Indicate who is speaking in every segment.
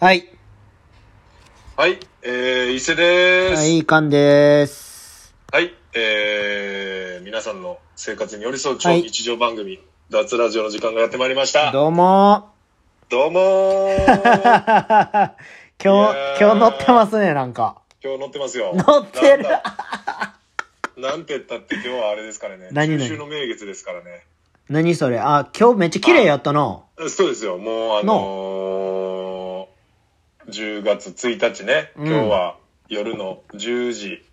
Speaker 1: はい。
Speaker 2: はい、えー、伊勢で
Speaker 1: は
Speaker 2: す。
Speaker 1: い、かんです。
Speaker 2: はい、えー、皆さんの生活に寄り添う
Speaker 1: は
Speaker 2: 超
Speaker 1: い
Speaker 2: 日常番組、脱ラジオの時間がやってまいりました。ど
Speaker 1: どうも
Speaker 2: うも
Speaker 1: ー
Speaker 2: ー
Speaker 1: 今日、
Speaker 2: やー
Speaker 1: 今日乗ってますね、なんか。
Speaker 2: 今日乗ってますよ。
Speaker 1: 乗ってる
Speaker 2: なんだなんて言ったって今日はあれですからね。
Speaker 1: 何々
Speaker 2: 中秋の名月ですからね。
Speaker 1: 何それあ、今日めっちゃ綺麗やったな。
Speaker 2: そうですよ、もうあのー、10月1日ね、
Speaker 1: うん
Speaker 2: 今日は夜の10時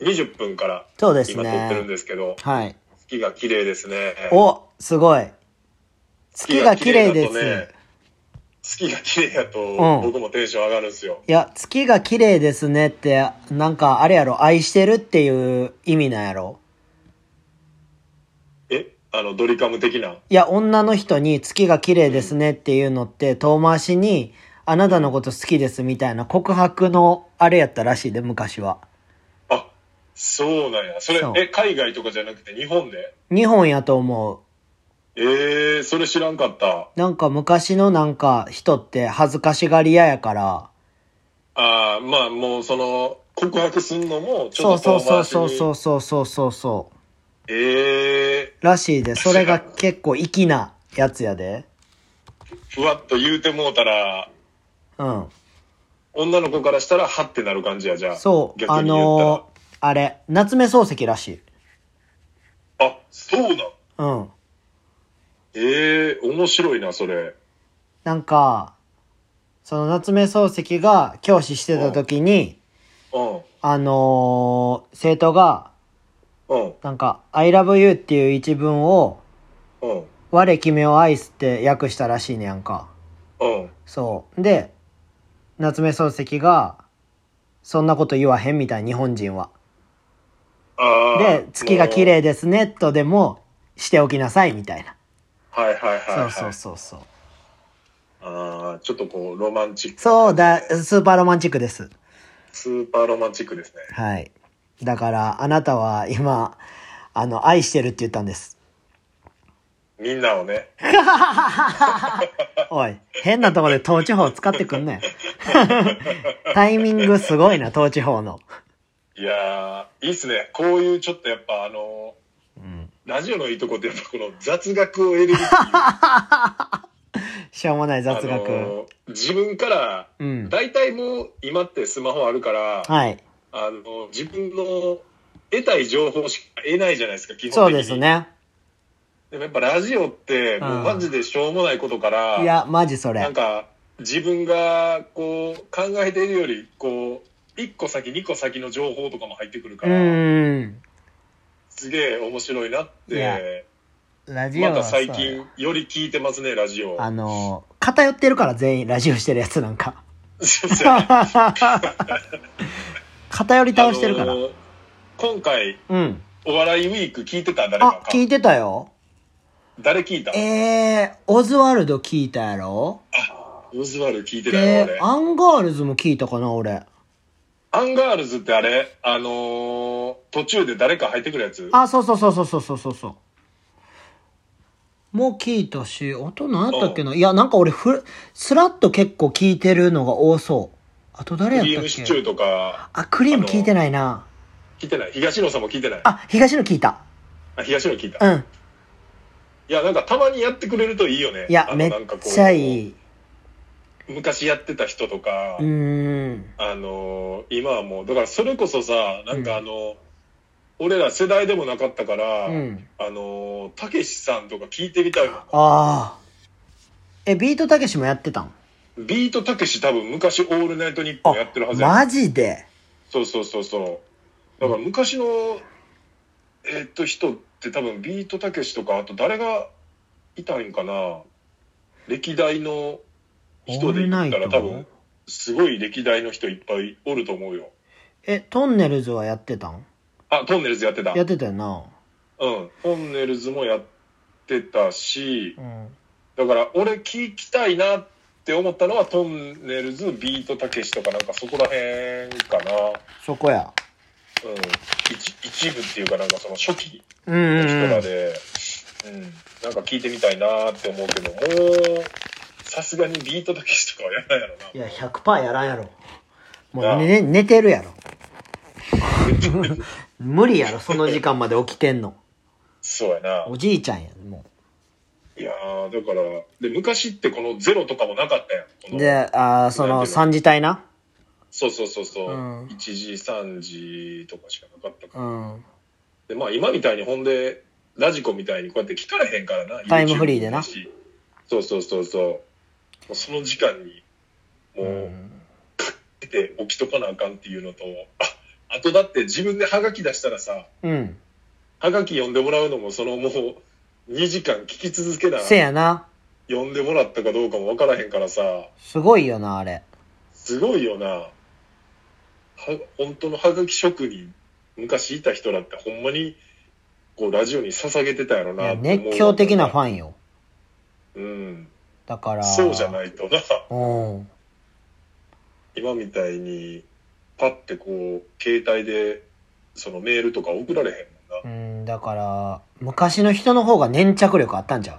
Speaker 2: 20分から
Speaker 1: そうです
Speaker 2: 今撮ってる
Speaker 1: ね。
Speaker 2: んですけど、
Speaker 1: はい。
Speaker 2: 月が綺麗ですね。
Speaker 1: お、すごい。月が綺麗です。
Speaker 2: す。月が綺麗だと、
Speaker 1: ん
Speaker 2: 僕もテンション上がるんですよ。
Speaker 1: いや、月が綺麗ですねって、なんかあれやろ、愛してるっていう意味なんやろ。
Speaker 2: えあの、ドリカム的な。
Speaker 1: いや、女の人に月が綺麗ですねっていうのって、遠回しに、あなたのこと好きですみたいな告白のあれやったらしいで、昔は。
Speaker 2: あ、そうなんや。それ
Speaker 1: そう、
Speaker 2: え、海外とかじゃなくて日本で
Speaker 1: 日本やと思う。
Speaker 2: えー、それ知らんかった。
Speaker 1: なんか昔のなんか人って恥ずかしがり屋やから、
Speaker 2: あーまあもうその、告白すんのも、ち
Speaker 1: そ
Speaker 2: ょ
Speaker 1: う
Speaker 2: っ
Speaker 1: そ
Speaker 2: と
Speaker 1: う
Speaker 2: 遠
Speaker 1: そう
Speaker 2: 回しに。
Speaker 1: そうそうそうそうそうそう。
Speaker 2: え
Speaker 1: らしいで、それが結構粋なやつやで。
Speaker 2: ー、ふわっと言うてもうたら、
Speaker 1: うん。
Speaker 2: 女の子からしたら、はってなる感じや、じゃあ。
Speaker 1: そう、
Speaker 2: 逆
Speaker 1: あ
Speaker 2: に言ったら。
Speaker 1: のーあれ、夏目漱石らしい。
Speaker 2: あ、そうなん。
Speaker 1: うん。
Speaker 2: えー、面白いな、それ。
Speaker 1: なんか、その夏目漱石が教師してた時に、
Speaker 2: うん、
Speaker 1: あのー生徒が、
Speaker 2: うん、
Speaker 1: なんか、I love you っていう一文を、
Speaker 2: うん、
Speaker 1: 我君を愛すって訳したらしいねやんか。
Speaker 2: うん。
Speaker 1: そう。で、夏目漱石が、そんなこと言わへんみたい、日本人は。
Speaker 2: あー
Speaker 1: で、月が綺。
Speaker 2: もう
Speaker 1: 麗ですね、とでも、しておきなさい、みたいな。
Speaker 2: はいはいはい、はい。
Speaker 1: そうそうそうそう。
Speaker 2: ああ、ちょっとこう、ロマンチック。
Speaker 1: そうだ、スーパーロマンチックです。
Speaker 2: スーパーロマンチックですね。
Speaker 1: はい。だから、あなたは今、あの、愛してるって言ったんです。
Speaker 2: みんなをね。
Speaker 1: おい、変なところで統治法使ってくん ねん。タイミングすごいな、統治法の。
Speaker 2: いやー、いいっすね。こういうちょっとやっぱあの
Speaker 1: うん。
Speaker 2: ー、ラジオのいいとこってやっぱこの雑学を得る。
Speaker 1: しょうもない 雑
Speaker 2: あ
Speaker 1: 学。
Speaker 2: のー自分から、
Speaker 1: うん。
Speaker 2: 大体もう今ってスマホあるから、
Speaker 1: はい。
Speaker 2: あのー、自分の得たい情報しか得ないじゃないですか、基本的に。
Speaker 1: そうです。ね。
Speaker 2: でもやっぱラジオって、もうマジでしょうもないことから、
Speaker 1: いや、マジそ
Speaker 2: なん
Speaker 1: れ。
Speaker 2: か自分がこう考えているよりこう1個先2個先の情報とかも入ってくる
Speaker 1: う
Speaker 2: から、
Speaker 1: ーん。
Speaker 2: すげえ面白いなっ
Speaker 1: いや
Speaker 2: て
Speaker 1: ラジオ
Speaker 2: ま
Speaker 1: は
Speaker 2: た
Speaker 1: そう
Speaker 2: 最
Speaker 1: や
Speaker 2: 近より聞いてますねラジオ
Speaker 1: あの、偏ってるから全員ラジオしてるやつなんか。偏り倒してるから
Speaker 2: あ。の今回
Speaker 1: うん。
Speaker 2: お笑いウィーク聞いてた誰か
Speaker 1: あ、聞いてたよ。
Speaker 2: 誰聞いた
Speaker 1: えー、オズワルド聞いたやろ
Speaker 2: オズワルド聞いてたよ
Speaker 1: で
Speaker 2: 俺、
Speaker 1: アンガールズも聞いたかな、俺。
Speaker 2: アンガールズってあれあのー途中で誰か入ってくるやつ
Speaker 1: あ、そうそうそうそうそうそうそうそう。もう聞いたし、あと何やったっけないや、なんか俺ふ、スラッと結構聞いてるのが多そう。あと
Speaker 2: ク
Speaker 1: 誰や
Speaker 2: リー
Speaker 1: った
Speaker 2: ムシ
Speaker 1: っ
Speaker 2: チュ
Speaker 1: け
Speaker 2: ーとか
Speaker 1: あ、クリーム聞いてないな。
Speaker 2: 聞いてない東野さんも聞いてない
Speaker 1: あ、東野聞いた。
Speaker 2: あ東野聞いた
Speaker 1: うん。
Speaker 2: いや、なんかたまにやってくれるといいよね。
Speaker 1: いや
Speaker 2: あ、の
Speaker 1: めっ
Speaker 2: なんかこう
Speaker 1: ちゃいい。
Speaker 2: 昔やってた人とか、
Speaker 1: うーん。
Speaker 2: あのー今はもう、だからそれこそさ、なんかあの、俺ら世代でもなかったから、
Speaker 1: うん。
Speaker 2: あのーたけしさんとか聞いてみたいわ。
Speaker 1: ああ。え、ビートたけしもやってたん
Speaker 2: ビートたけし多分昔オールナイトニッポンやってるはずや。
Speaker 1: マジで
Speaker 2: そうそうそうそう。だから昔の、えーっと人って多分ビートたけしとか、あと誰がいたんかな歴代の人で言った
Speaker 1: オール
Speaker 2: ら
Speaker 1: ナイ
Speaker 2: 多
Speaker 1: ト
Speaker 2: 分、すごい歴代の人いっぱいおると思うよ。
Speaker 1: え、トンネルズはやってたん
Speaker 2: あ、トンネルズやってた。
Speaker 1: やってたよな。
Speaker 2: うん。トンネルズもやってたし、
Speaker 1: うん。
Speaker 2: だから俺聞きたいなって思ったのはトンネルズ、ビートたけしとかなんかそこら辺かな。
Speaker 1: そこや。
Speaker 2: うん。一一部っていうかなんかその初期。
Speaker 1: うんうん、
Speaker 2: 人
Speaker 1: う
Speaker 2: ら
Speaker 1: ん。
Speaker 2: で、うん、なんか聞いてみたいなーって思うけど、もう、さすがにビートたけしとかはやらんやろ
Speaker 1: いや、100%やらんやろ。も
Speaker 2: ああ
Speaker 1: う、ね、寝てるやろ。無理やろ、その時間まで起きてんの。
Speaker 2: な。そうやな。
Speaker 1: おじいちゃんやん、も
Speaker 2: いやー、だから、で、昔ってこのゼロとかもなかったやん。こ
Speaker 1: う。
Speaker 2: の
Speaker 1: で、あーその、三次隊な。
Speaker 2: そうそうそうそう。
Speaker 1: うん
Speaker 2: 1時、3時とかしかなかったから。
Speaker 1: うん。
Speaker 2: で、まあ今みたいにほんで、ラジコみたいにこうやって聞かれへんからな。
Speaker 1: タイムフリーでな
Speaker 2: YouTube もだしそうそうそうそう。もうその時間に、もう、出て起きとかなあかんっていうのと、あ、あとだって自分でハガキ出したらさ、
Speaker 1: うん。
Speaker 2: ハガキ読んでもらうのも、そのもう、2時間聞き続けな、
Speaker 1: せやな。
Speaker 2: 読んでもらったかどうかもわからへんからさ、
Speaker 1: すごいよな、あれ。
Speaker 2: すごいよな。は、本当のハガキ職人、昔いた人だってほんまに、こう、ラジオに捧げてたやろ
Speaker 1: いや
Speaker 2: な
Speaker 1: 熱狂的なフ
Speaker 2: ン。
Speaker 1: ァンよ。
Speaker 2: うん。
Speaker 1: だから。。
Speaker 2: そうじゃないいとな、
Speaker 1: うん。
Speaker 2: 今みたいに、パッてこう、携帯で、そのメールとか送られへんもんな。
Speaker 1: うん、だから、昔の人の方が粘着力あったんじゃ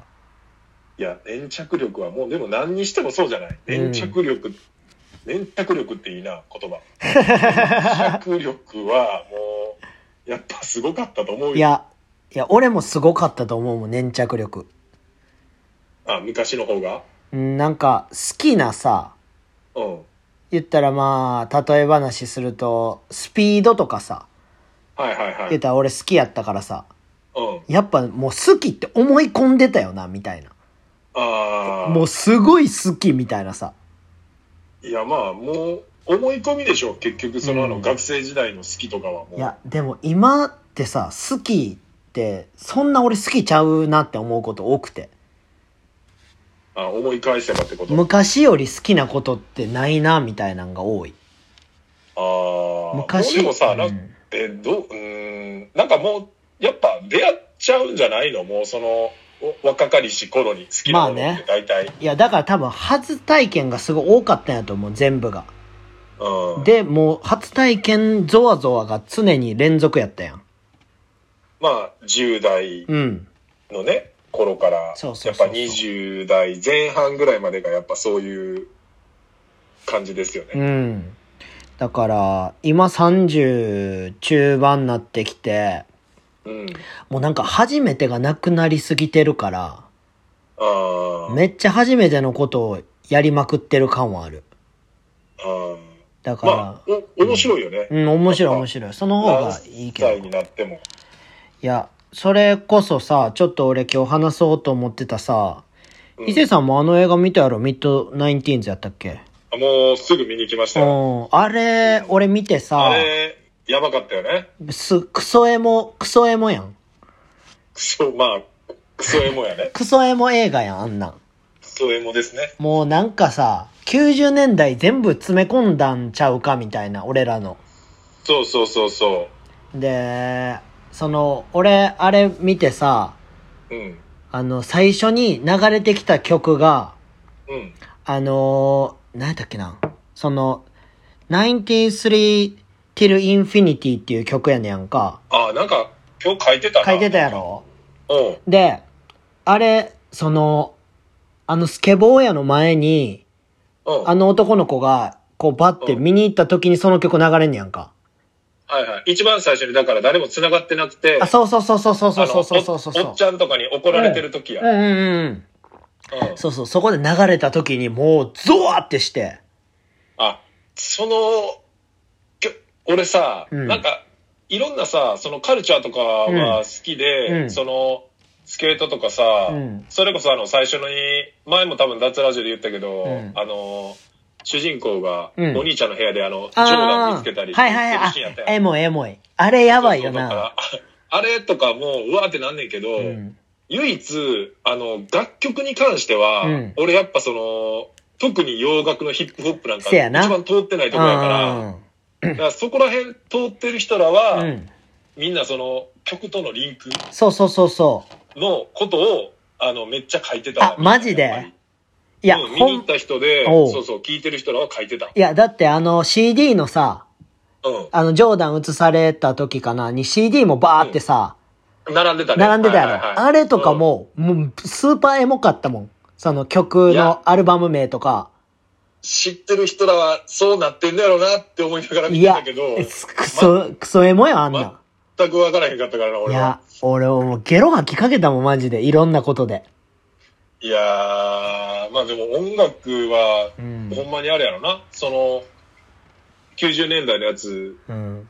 Speaker 1: う
Speaker 2: いや、粘着力はもう、でも何にしてもそうじゃない。粘着力、粘着力っていいな、 言葉。粘着力はもう、やっぱすごかったと思うよ。
Speaker 1: いや、いや、俺もすごかったと思うもん、粘着力。
Speaker 2: あ、昔の方が
Speaker 1: うんなんか、好きなさ、
Speaker 2: うん。
Speaker 1: 言ったらまあ、例え話すると、スピードとかさ、
Speaker 2: はいはいはい。
Speaker 1: 言ったら俺好きやったからさ、
Speaker 2: うん。
Speaker 1: やっぱもう好きって思い込んでたよな、みたいな。
Speaker 2: ああ。
Speaker 1: もうすごい好きみたいなさ。
Speaker 2: いやまあ、もう、思い込みでしょ。結局、その、あ
Speaker 1: う
Speaker 2: の、
Speaker 1: ん
Speaker 2: 学生時代の好きとかはもう。
Speaker 1: いや、でも今ってさ、好きって、そんな俺好きちゃうなって思うこと多くて。
Speaker 2: あ、思い返せばってこと。
Speaker 1: 昔より好きなことってないな、みたいなのが多い。
Speaker 2: ああ。
Speaker 1: 昔
Speaker 2: もうでもさ、
Speaker 1: うん
Speaker 2: なんえどううーんなんかもうやっぱ出会っちゃうんじゃないのもうそのお若かりし頃に好きな
Speaker 1: ま
Speaker 2: も
Speaker 1: あ
Speaker 2: のっ
Speaker 1: ね
Speaker 2: て大体、
Speaker 1: いや、だから多分初体験がすごい多かったんやと思う、全部が。
Speaker 2: うん、
Speaker 1: で、もう初体験ゾワゾワが常に連続やったやん。
Speaker 2: まあ10代
Speaker 1: うん。
Speaker 2: のね頃からやっぱ
Speaker 1: そうそうそうそう
Speaker 2: 20代前半ぐらいまでがやっぱそういう感じですよね、
Speaker 1: うん。だから、今30中盤になってきて、
Speaker 2: うん、
Speaker 1: もうなんか初めてがなくなりすぎてるから、
Speaker 2: ああ
Speaker 1: めっちゃ初めてのことをやりまくってる感はある。
Speaker 2: あー
Speaker 1: だから、
Speaker 2: まあお面白いよね、
Speaker 1: うん、面白い面白い。その方
Speaker 2: 何
Speaker 1: がいいけど。
Speaker 2: 歳になっても
Speaker 1: いや、それこそさ、ちょっと俺今日話そうと思ってたさ、
Speaker 2: うん
Speaker 1: 伊勢さんもあの映画見たやろミッドナインティーンズやったっけ
Speaker 2: あもうすぐ見に行きまし
Speaker 1: う
Speaker 2: たよ
Speaker 1: ん。あれ、俺見て
Speaker 2: あ
Speaker 1: さ、
Speaker 2: れやばかったよね
Speaker 1: す、クソエモ、クソエモやん。
Speaker 2: クソまあクソエモやね
Speaker 1: クソエモ映画やん、あんなん。
Speaker 2: クソエモですね
Speaker 1: もうなんかさ、90年代全部詰め込んだんちゃうかみたいな、俺らの。
Speaker 2: そうそうそうそ
Speaker 1: で、その、俺、あれ見てさ、
Speaker 2: う。うん。
Speaker 1: あの、最初に流れてきた曲が、
Speaker 2: うん。
Speaker 1: あのー、何やったっけなその、93 till infinity っていう曲やねやんか。
Speaker 2: ああ、なんか、今日書いてたな。
Speaker 1: 書いてたやろ
Speaker 2: うん。
Speaker 1: で、あれ、その、あのスケボーやの前に、
Speaker 2: うん。
Speaker 1: あの男の子が、こうバッて見に行った時にその曲流れんねやんか。
Speaker 2: はいはい。一番最初に、だから誰も繋がってなくて、
Speaker 1: あ、そうそうそうそうそうそうそうそうそうそう
Speaker 2: あのおおっちゃんとかに怒られてる時や。
Speaker 1: うんうんうん。
Speaker 2: うん
Speaker 1: そうそう、そこで流れた時にもうゾワってして。
Speaker 2: あ、その、きょ俺さ、
Speaker 1: うん
Speaker 2: なんか、いろんなさ、そのカルチャーとかは好きで、
Speaker 1: うん
Speaker 2: その、スケートとかさ、
Speaker 1: うん
Speaker 2: それこそあの、最初に、前も多分脱ラジオで言ったけど、
Speaker 1: うん
Speaker 2: あの、主人公が、
Speaker 1: うん
Speaker 2: お兄ちゃんの部屋であの、ジョーダン見
Speaker 1: あ
Speaker 2: つけたり
Speaker 1: ーはいはい
Speaker 2: する
Speaker 1: は
Speaker 2: シーンやった
Speaker 1: い。
Speaker 2: や
Speaker 1: あ、
Speaker 2: ん
Speaker 1: エモいエモい。あれやばいよ
Speaker 2: そうそ
Speaker 1: な。
Speaker 2: うだからああれ とかもう、うわーってなんねんけど、
Speaker 1: うん。
Speaker 2: 唯一、あの、楽曲に関しては、
Speaker 1: うん
Speaker 2: 俺やっぱその、特に洋楽のヒップホップなんか
Speaker 1: せや
Speaker 2: 一
Speaker 1: な
Speaker 2: 番通ってないとこやから、だからそこら辺通ってる人らは、
Speaker 1: うんうん。
Speaker 2: みんなその曲とのリンク
Speaker 1: そうそうそうそう。
Speaker 2: のことをあのめっちゃ書いてた
Speaker 1: あマジで
Speaker 2: やっぱり
Speaker 1: いや、
Speaker 2: うん見
Speaker 1: ほ
Speaker 2: に
Speaker 1: ん、
Speaker 2: 行
Speaker 1: い
Speaker 2: った人で
Speaker 1: おう
Speaker 2: そうそう聞いてる人らは書いてた
Speaker 1: や、だってあの CD のさ、
Speaker 2: う
Speaker 1: あの、ジョーダン映された時かな、に CD もバーってさ、
Speaker 2: ん並んでたね
Speaker 1: 並んでたやろ。
Speaker 2: はいはいはい
Speaker 1: あれとかも、もう、スーパーエモかったもん。その曲
Speaker 2: いや
Speaker 1: のアルバム名とか。
Speaker 2: 知ってる人らはそうなってんだろうなって思いながら見
Speaker 1: い
Speaker 2: て
Speaker 1: や
Speaker 2: たけど、、
Speaker 1: すクソ、クソエモや、あんな。
Speaker 2: 全くわからへんかったからな、
Speaker 1: い
Speaker 2: 俺は
Speaker 1: や。、俺もうゲロ吐きかけたもん、マジで。いろんなことで。
Speaker 2: いやー、まあでも音楽は、
Speaker 1: うん。
Speaker 2: ほんまにあれやろな、その、90年代のやつ
Speaker 1: うん。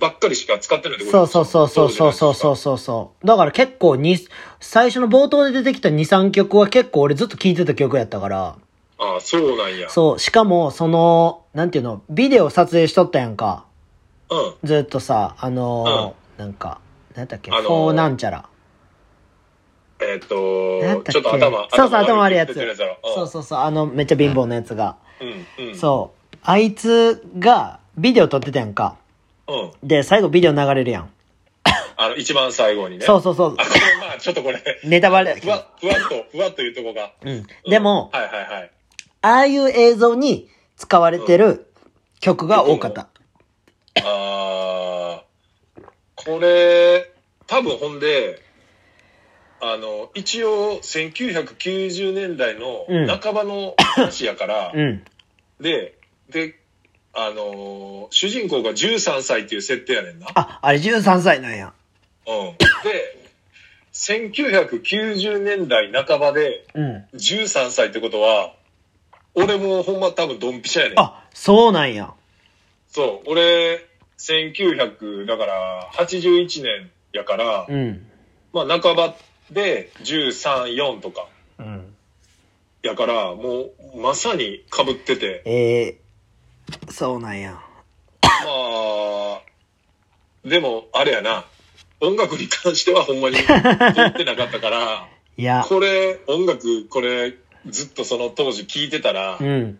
Speaker 2: ばっかりしか使ってないって
Speaker 1: そ
Speaker 2: こと
Speaker 1: うそうそうそうそうそうそううそうそう。だから結構に、最初の冒頭で出てきた2、3曲は結構俺ずっと聴いてた曲やったから。
Speaker 2: ああ、そうなんや。
Speaker 1: そう、しかも、その、なんていうの、ビデオ撮影しとったやんか。
Speaker 2: うん。
Speaker 1: ずっとさ、あのーなんか、なんだっけ、
Speaker 2: あのー
Speaker 1: フォーなんちゃら。
Speaker 2: えっ、
Speaker 1: 何やったっけ
Speaker 2: と、ちょっと頭、
Speaker 1: そうそう頭悪いやつ
Speaker 2: 出てるやつやろ
Speaker 1: そうそうそう、あの、めっちゃ貧乏なやつが。
Speaker 2: うん。うん。
Speaker 1: そう。あいつが、ビデオ撮ってたやんか。
Speaker 2: う。うん。
Speaker 1: で、最後ビデオ流れるやん。
Speaker 2: あの、一番最後にね。
Speaker 1: そうそうそう
Speaker 2: あ、。これ まあ、ちょっと これ、
Speaker 1: ネタバレ
Speaker 2: ふ。わ、ふわっと、ふわっというとこが。
Speaker 1: うん。でも、
Speaker 2: はいはいはい。
Speaker 1: ああいう映像に使われてる曲が多かった。
Speaker 2: あーこれ、多分ほんで、あの、一応、1990年代の
Speaker 1: うん
Speaker 2: 半ばの話やから、
Speaker 1: うん。
Speaker 2: で、で、あのー主人公が13歳っていう設定やねんな。
Speaker 1: あ、あれ13歳なんや。
Speaker 2: うん。で、1990年代半ばで
Speaker 1: うん。
Speaker 2: 13歳ってことは、俺もほんま多分ドンピシャやねん。
Speaker 1: あ、そうなんや。
Speaker 2: そう、俺、1900、だから、81年やから、
Speaker 1: うん。
Speaker 2: まあ、半ばで13、4とか、
Speaker 1: うん。
Speaker 2: やから、もう、まさに被っ てて、
Speaker 1: えー、そうなんや。
Speaker 2: まあ、でも、あれやな、音楽に関してはほんまに言ってなかっ たから、
Speaker 1: いや、
Speaker 2: これ、音楽、これ、ずっとその当時聞いてたら
Speaker 1: う、ん。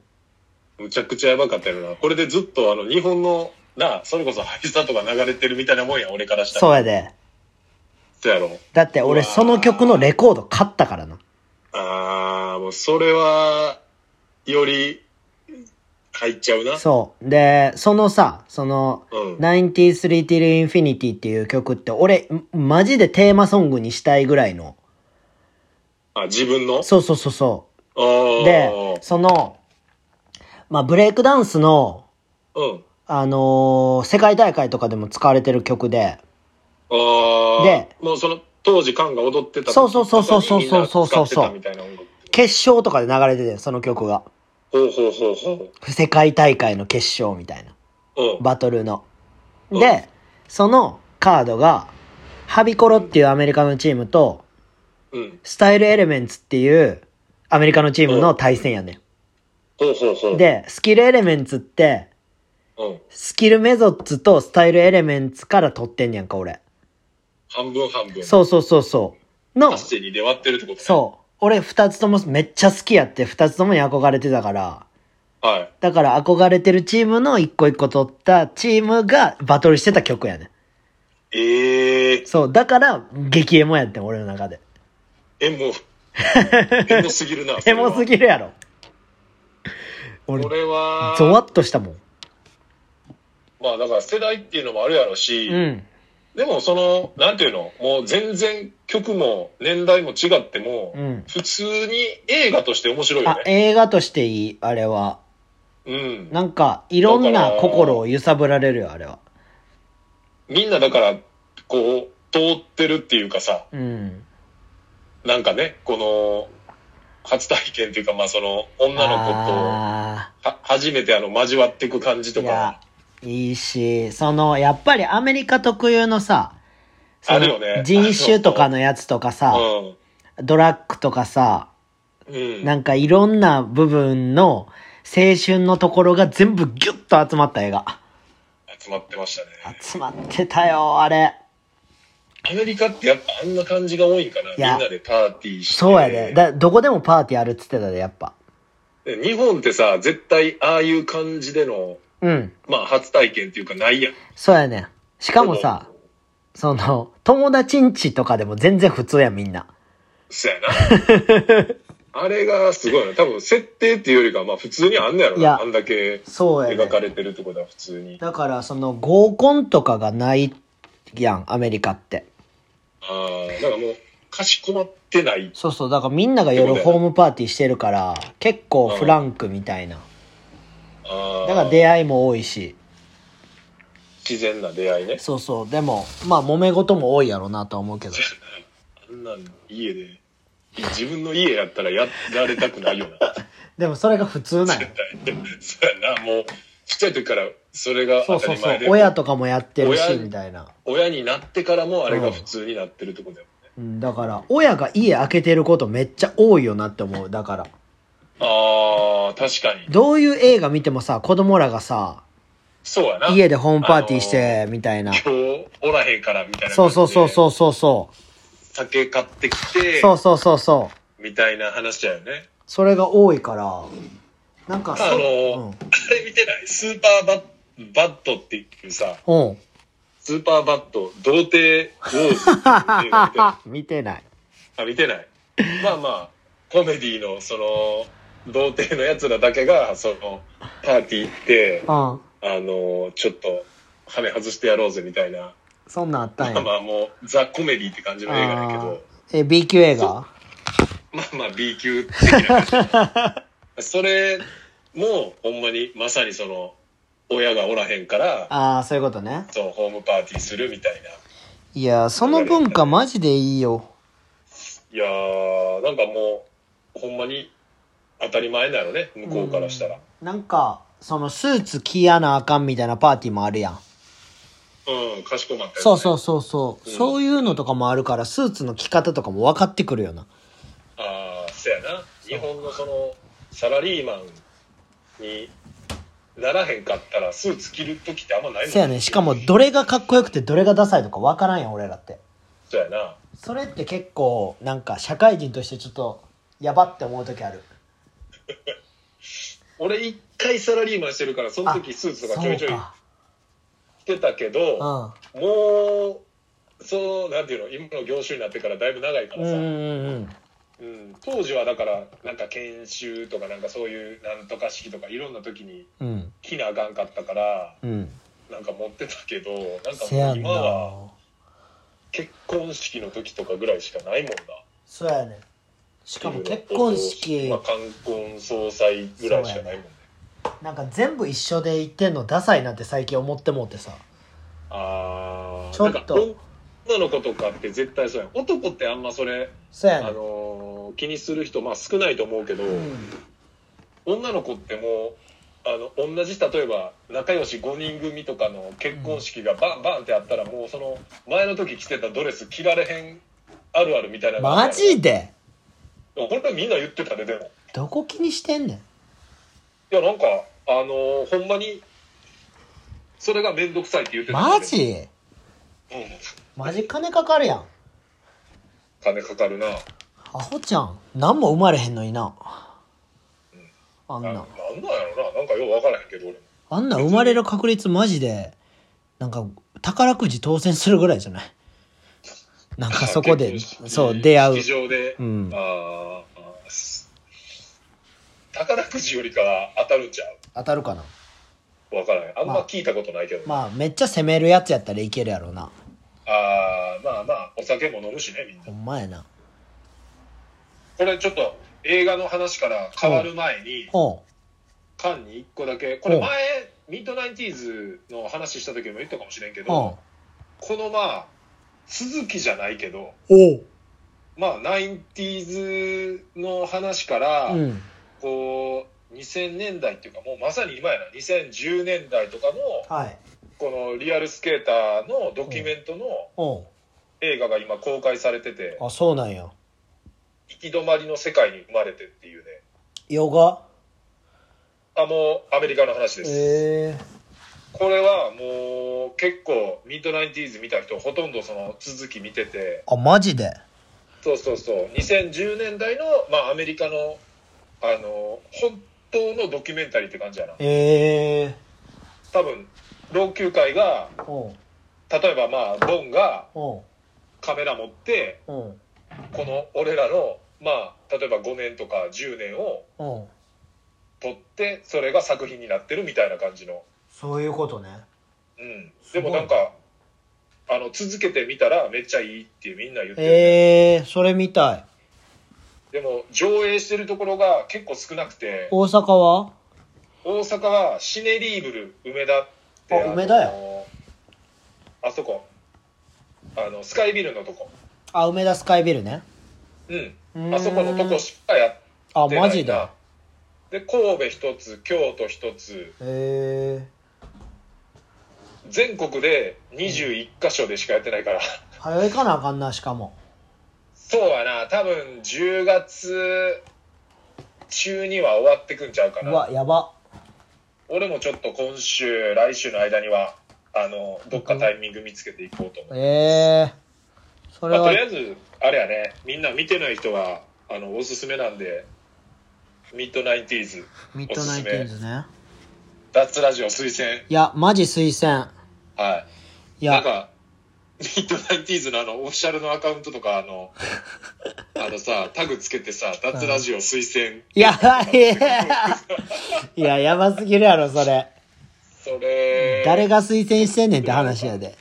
Speaker 2: むちゃくちゃやばかったよな。これでずっと、あの、日本の、な、それこそハイスタとか流れてるみたいなもんや、俺からしたら。
Speaker 1: そうやで。
Speaker 2: そうやろ。
Speaker 1: だって俺その曲のレコード買ったからな。
Speaker 2: ああ、もうそれは、より、入っちゃうな。
Speaker 1: そう。で、そのさ、その、
Speaker 2: うん。
Speaker 1: 93 till infinity っていう曲って俺、んマジでテーマソングにしたいぐらいの。
Speaker 2: あ、自分の
Speaker 1: そうそうそうそ
Speaker 2: あー
Speaker 1: う。で、その、まあ、ブレイクダンスの、
Speaker 2: うん。
Speaker 1: あのー世界大会とかでも使われてる曲で、
Speaker 2: ああ。
Speaker 1: で、
Speaker 2: もうその、当時、カンが踊ってた時
Speaker 1: そうそうそうそうそう
Speaker 2: とかにみんな
Speaker 1: そうそうそう
Speaker 2: 使ってたみたいな音楽。
Speaker 1: 決勝とかで流れててその曲が。
Speaker 2: ほうほうほうほ
Speaker 1: 世界大会の決勝みたいな。
Speaker 2: う。うん。
Speaker 1: バトルの。
Speaker 2: うん
Speaker 1: で、そのカードが、ハビコロっていうアメリカのチームと、
Speaker 2: うん。
Speaker 1: スタイルエレメンツっていうアメリカのチームの対戦やね
Speaker 2: ほうほうほ
Speaker 1: ん。
Speaker 2: う。、
Speaker 1: で、スキルエレメンツって、
Speaker 2: うん。
Speaker 1: スキルメゾッツとスタイルエレメンツから取ってんねやんか、俺。
Speaker 2: 半分半分。
Speaker 1: そうそうそうそう。
Speaker 2: パ
Speaker 1: の、
Speaker 2: ステにで割ってるってことね。
Speaker 1: そう。俺二つともめっちゃ好きやって、二つともに憧れてたから。
Speaker 2: はい。
Speaker 1: だから憧れてるチームの一個一個取ったチームがバトルしてた曲やねん。
Speaker 2: ええー。
Speaker 1: そう。だから、激エモやってん、俺の中で。
Speaker 2: エモ。 エモすぎるな。
Speaker 1: エモす
Speaker 2: ぎ
Speaker 1: ぎるやろ。俺
Speaker 2: こ、れは、
Speaker 1: ゾワッとしたもん。
Speaker 2: まあだから世代っていうのもあるやろし、
Speaker 1: うん。
Speaker 2: でもその、なんていうのもう全然曲も年代も違っても、
Speaker 1: うん。
Speaker 2: 普通に映画として面白いよ
Speaker 1: あ、
Speaker 2: ね。
Speaker 1: 映画としていい、あれは。
Speaker 2: うん。
Speaker 1: なんか、いろんな心を揺さぶられるよ、あれは。
Speaker 2: みんなだから、こう、通ってるっていうかさ、
Speaker 1: うん。
Speaker 2: なんかね、この、初体験っていうか、まあその、女の子とは、
Speaker 1: あ
Speaker 2: 初めてあの、交わっていく感じ
Speaker 1: ー
Speaker 2: と
Speaker 1: い
Speaker 2: か
Speaker 1: や、、いいし、その、やっぱりアメリカ特有のさ、その
Speaker 2: あるよね
Speaker 1: 人種とかのやつとかさ、
Speaker 2: う
Speaker 1: ドラッグとかさ、
Speaker 2: ん。う ん。
Speaker 1: なんかいろんな部分の青春のところが全部ギュッと集まった映画。
Speaker 2: 集まってましたね。
Speaker 1: 集まってたよ、あれ。
Speaker 2: アメリカってやっぱあんな感じが多いんかな。みん
Speaker 1: や
Speaker 2: なでパーティーして。
Speaker 1: そうやで。だどこでもパーティーあるっつってたで、やっぱ。
Speaker 2: で日本ってさ、絶対ああいう感じでの、
Speaker 1: うん。
Speaker 2: まあ初体験っていうかないやん。
Speaker 1: そうやね。しかもさ、その、友達んちとかでも全然普通やん、みんな。
Speaker 2: そやな。あれがすごいな。多分設定っていうよりかは、まあ普通にあんのやろ
Speaker 1: いや
Speaker 2: な。あんだけ
Speaker 1: そうやね
Speaker 2: 描。かれてるってことは普通に。
Speaker 1: だから、その、合コンとかがないやん、アメリカって。
Speaker 2: ああ、だからもう、かしこまってない。
Speaker 1: そうそう、だからみんなが夜ホームパーティーしてるから、結構フランクみたいな。
Speaker 2: あ
Speaker 1: だ
Speaker 2: ー
Speaker 1: から出会いも多いし、
Speaker 2: 自然な出会いね。
Speaker 1: そうそう、でも、まあ揉め事も多いやろうなとは思う けど。
Speaker 2: あんなん家で、自分の家やったらやられたくないよ な。
Speaker 1: でもそれが普通なんよ
Speaker 2: 絶対そうやな、もう、ちっちゃい時からそれが
Speaker 1: そ
Speaker 2: 当
Speaker 1: う
Speaker 2: た
Speaker 1: そう
Speaker 2: り
Speaker 1: そう
Speaker 2: 前で。、
Speaker 1: 親とかもやってるし、
Speaker 2: 親
Speaker 1: みたいな。
Speaker 2: 親になってからもあれが普通になってるとこだよね。
Speaker 1: うん、だから、親が家開けてることめっちゃ多いよなって思う。だから、
Speaker 2: ああ、確かに。
Speaker 1: どういう映画見てもさ、子供らがさ、
Speaker 2: そうやな。
Speaker 1: 家でホームパーティーして、みたい な。
Speaker 2: 今日おらへんからみたいな
Speaker 1: そうそうそう
Speaker 2: う
Speaker 1: そうそうそ
Speaker 2: 酒買ってき
Speaker 1: う。
Speaker 2: て
Speaker 1: そうそうそうそう。
Speaker 2: みたいな話だよね
Speaker 1: それが多いから、なんか
Speaker 2: あ
Speaker 1: そ
Speaker 2: のー
Speaker 1: うん
Speaker 2: あれ見てないスーパーバッバットっていうさ
Speaker 1: うん。
Speaker 2: スーパーバット童貞ウォーズっていうの見 て
Speaker 1: 見てな
Speaker 2: ない
Speaker 1: い。
Speaker 2: あ見てないまあまあコメディのその童貞のやつらだけがそのパーティー行って
Speaker 1: う
Speaker 2: あ
Speaker 1: ん。
Speaker 2: のーちょっと羽目外してやろうぜみたいな
Speaker 1: そんなんあったん
Speaker 2: ま
Speaker 1: や。
Speaker 2: あまあもうザ・コメディって感じの映画だけど
Speaker 1: あーえ、B 級映画
Speaker 2: まあまあ B 級的な感じ それもほんまにまさにその親がおらへんから
Speaker 1: ああ、そういうことね。
Speaker 2: そうホームパーティーするみたいない
Speaker 1: やー、その文化マジでいいよ。
Speaker 2: いやーなんかもうほんまに当たり前だよね向こうからしたら
Speaker 1: なんか、そのスーツ着やなあかんみたいなパーティーもあるやん。
Speaker 2: うん、かしこまったよね
Speaker 1: そうそうそうそう。
Speaker 2: うん
Speaker 1: そういうのとかもあるから、スーツの着方とかも分かってくるよな。
Speaker 2: ああそやな日本のそのサラリーマンにならへんかったらスーツ着る時ってあんまないもん
Speaker 1: せやねんしかもどれがかっこよくてどれがダサいとか分からんやん、俺らって。
Speaker 2: そうやな
Speaker 1: それって結構、なんか社会人としてちょっと、やばって思う時ある。
Speaker 2: 俺一回サラリーマンしてるからその時スーツとかちょいちょい着てたけど、
Speaker 1: そうか。
Speaker 2: もうそのなんていうの今の業種になってからだいぶ長いか
Speaker 1: うん。
Speaker 2: ら
Speaker 1: う
Speaker 2: さ、
Speaker 1: ん
Speaker 2: う
Speaker 1: う
Speaker 2: ん
Speaker 1: んうん。
Speaker 2: 当時はだからなんか研修とかなんかそういうなんとか式とかいろんな時に
Speaker 1: うん。
Speaker 2: 着なあかんかったから
Speaker 1: うん。
Speaker 2: なんか持ってたけどなんか
Speaker 1: せ
Speaker 2: も
Speaker 1: や
Speaker 2: うん今は
Speaker 1: な。
Speaker 2: 結婚式の時とかぐらいしかないもんな
Speaker 1: そうやねん。しかも結婚式
Speaker 2: まあ、、冠婚葬祭ぐらいしかないもんね
Speaker 1: なんか全部一緒で行ってんのダサいなって最近思ってもうてさ。
Speaker 2: ああ
Speaker 1: ちょっと
Speaker 2: 女の子とかって絶対そうやん男ってあんまそれ
Speaker 1: そうやね
Speaker 2: あ
Speaker 1: ん。
Speaker 2: のー気にする人、まあ、少ないと思うけど、
Speaker 1: うん
Speaker 2: 女の子ってもうあの同じ例えば仲良し5人組とかの結婚式がバンバンってあったら、もうその前の時着てたドレス着られへんあるあるみたいなのがあ
Speaker 1: マ
Speaker 2: る
Speaker 1: ジで
Speaker 2: でもこれみんな言ってたねでも
Speaker 1: どこ気にしてんねん。
Speaker 2: いやなんかあのーほんまにそれが面倒くさいって言ってたね、
Speaker 1: マジ
Speaker 2: うん、
Speaker 1: マジ金かかるやん。
Speaker 2: 金かかるな
Speaker 1: アホちゃん。何も生まれへんのにな。あん
Speaker 2: な
Speaker 1: な
Speaker 2: なん。なんやろななんかよう分からへんけど俺も
Speaker 1: あんな生まれる確率マジで、なんか宝くじ当選するぐらいじゃないなんかそこで、
Speaker 2: 結婚式
Speaker 1: そう、出会う
Speaker 2: 式。場で、
Speaker 1: うん
Speaker 2: あーあーす宝くじよりかは当たるんちゃ
Speaker 1: 当たるかな
Speaker 2: うわからないあん
Speaker 1: ま
Speaker 2: ま
Speaker 1: あ
Speaker 2: 聞いたことないけど、
Speaker 1: まあ、めっちゃ攻めるやつやったらいけるやろうな。
Speaker 2: あーまあまあお酒も飲むしねみんな
Speaker 1: ほんまやな。
Speaker 2: これちょっと映画の話から変わる前に
Speaker 1: おう。
Speaker 2: 間に1個だけこれ
Speaker 1: うん
Speaker 2: 前ミッドナインティーズの話した時も言ったかもしれんけ
Speaker 1: おう
Speaker 2: ど。このまあ鈴木じゃないけど
Speaker 1: おう。
Speaker 2: まあナインティーズの話から、
Speaker 1: うん。
Speaker 2: こう2000年代っていうかもうまさに今やな2010年代とかの
Speaker 1: はい。
Speaker 2: このリアルスケーターのドキュメントの
Speaker 1: おう。
Speaker 2: 映画が今公開されてて
Speaker 1: あ、そうなんや。
Speaker 2: 行き止まりの世界に生まれてっていうね
Speaker 1: ヨガ
Speaker 2: あもうアメリカの話です、
Speaker 1: ええ
Speaker 2: これはもう結構ミッドナインティーズ見た人ほとんどその続き見てて
Speaker 1: あ、マジで
Speaker 2: そうそうそう2010年代の、まあ、アメリカのあの本当のドキュメンタリーって感じやな
Speaker 1: ええ
Speaker 2: 多分老朽会が
Speaker 1: おう。
Speaker 2: 例えばまあボンが
Speaker 1: おう。
Speaker 2: カメラ持って
Speaker 1: おう。
Speaker 2: この俺らのまあ例えば5年とか10年を
Speaker 1: おう。
Speaker 2: 撮ってそれが作品になってるみたいな感じの、
Speaker 1: そういうことね。
Speaker 2: うん、
Speaker 1: す
Speaker 2: で
Speaker 1: ごい
Speaker 2: もなんかあの続けてみたらめっちゃいいってみんな言ってる、
Speaker 1: ええー、それみたい。
Speaker 2: でも上映してるところが結構少なくて
Speaker 1: 大阪は
Speaker 2: 大阪はシネリーブル梅田って
Speaker 1: あ梅田や
Speaker 2: のあそこあのスカイビルのとこ
Speaker 1: あ、梅田スカイビルね。
Speaker 2: うん
Speaker 1: うーん
Speaker 2: あそこのとこしかやって
Speaker 1: あ、
Speaker 2: ないな
Speaker 1: マジで。
Speaker 2: で神戸一つ京都一つ
Speaker 1: え
Speaker 2: 全国で21箇所でしかやってないから
Speaker 1: えー。早いかなあかんな、しかも。
Speaker 2: そうやな多分10月中には終わってくんちゃうか
Speaker 1: う
Speaker 2: な
Speaker 1: わ、やば。
Speaker 2: 俺もちょっと今週来週の間にはあのどっかタイミング見つけていこうと思う、
Speaker 1: ええー。それ
Speaker 2: まあ、
Speaker 1: は
Speaker 2: とり、あえずあれやねみんな見てない人はあのおすすめなんでミッドナインティーズ
Speaker 1: ミッドナインティーンズね。
Speaker 2: 脱ラジオ推薦
Speaker 1: いや、マジ推薦。
Speaker 2: はい
Speaker 1: い
Speaker 2: なん
Speaker 1: や、
Speaker 2: かミッドナインティーズのあのオフィシャルのアカウントとかあ のあのさタグつけてさ脱ラジオ推薦
Speaker 1: いや、いや、やばすぎるやろ、それ。
Speaker 2: それ
Speaker 1: 誰が推薦してんねんって話やで。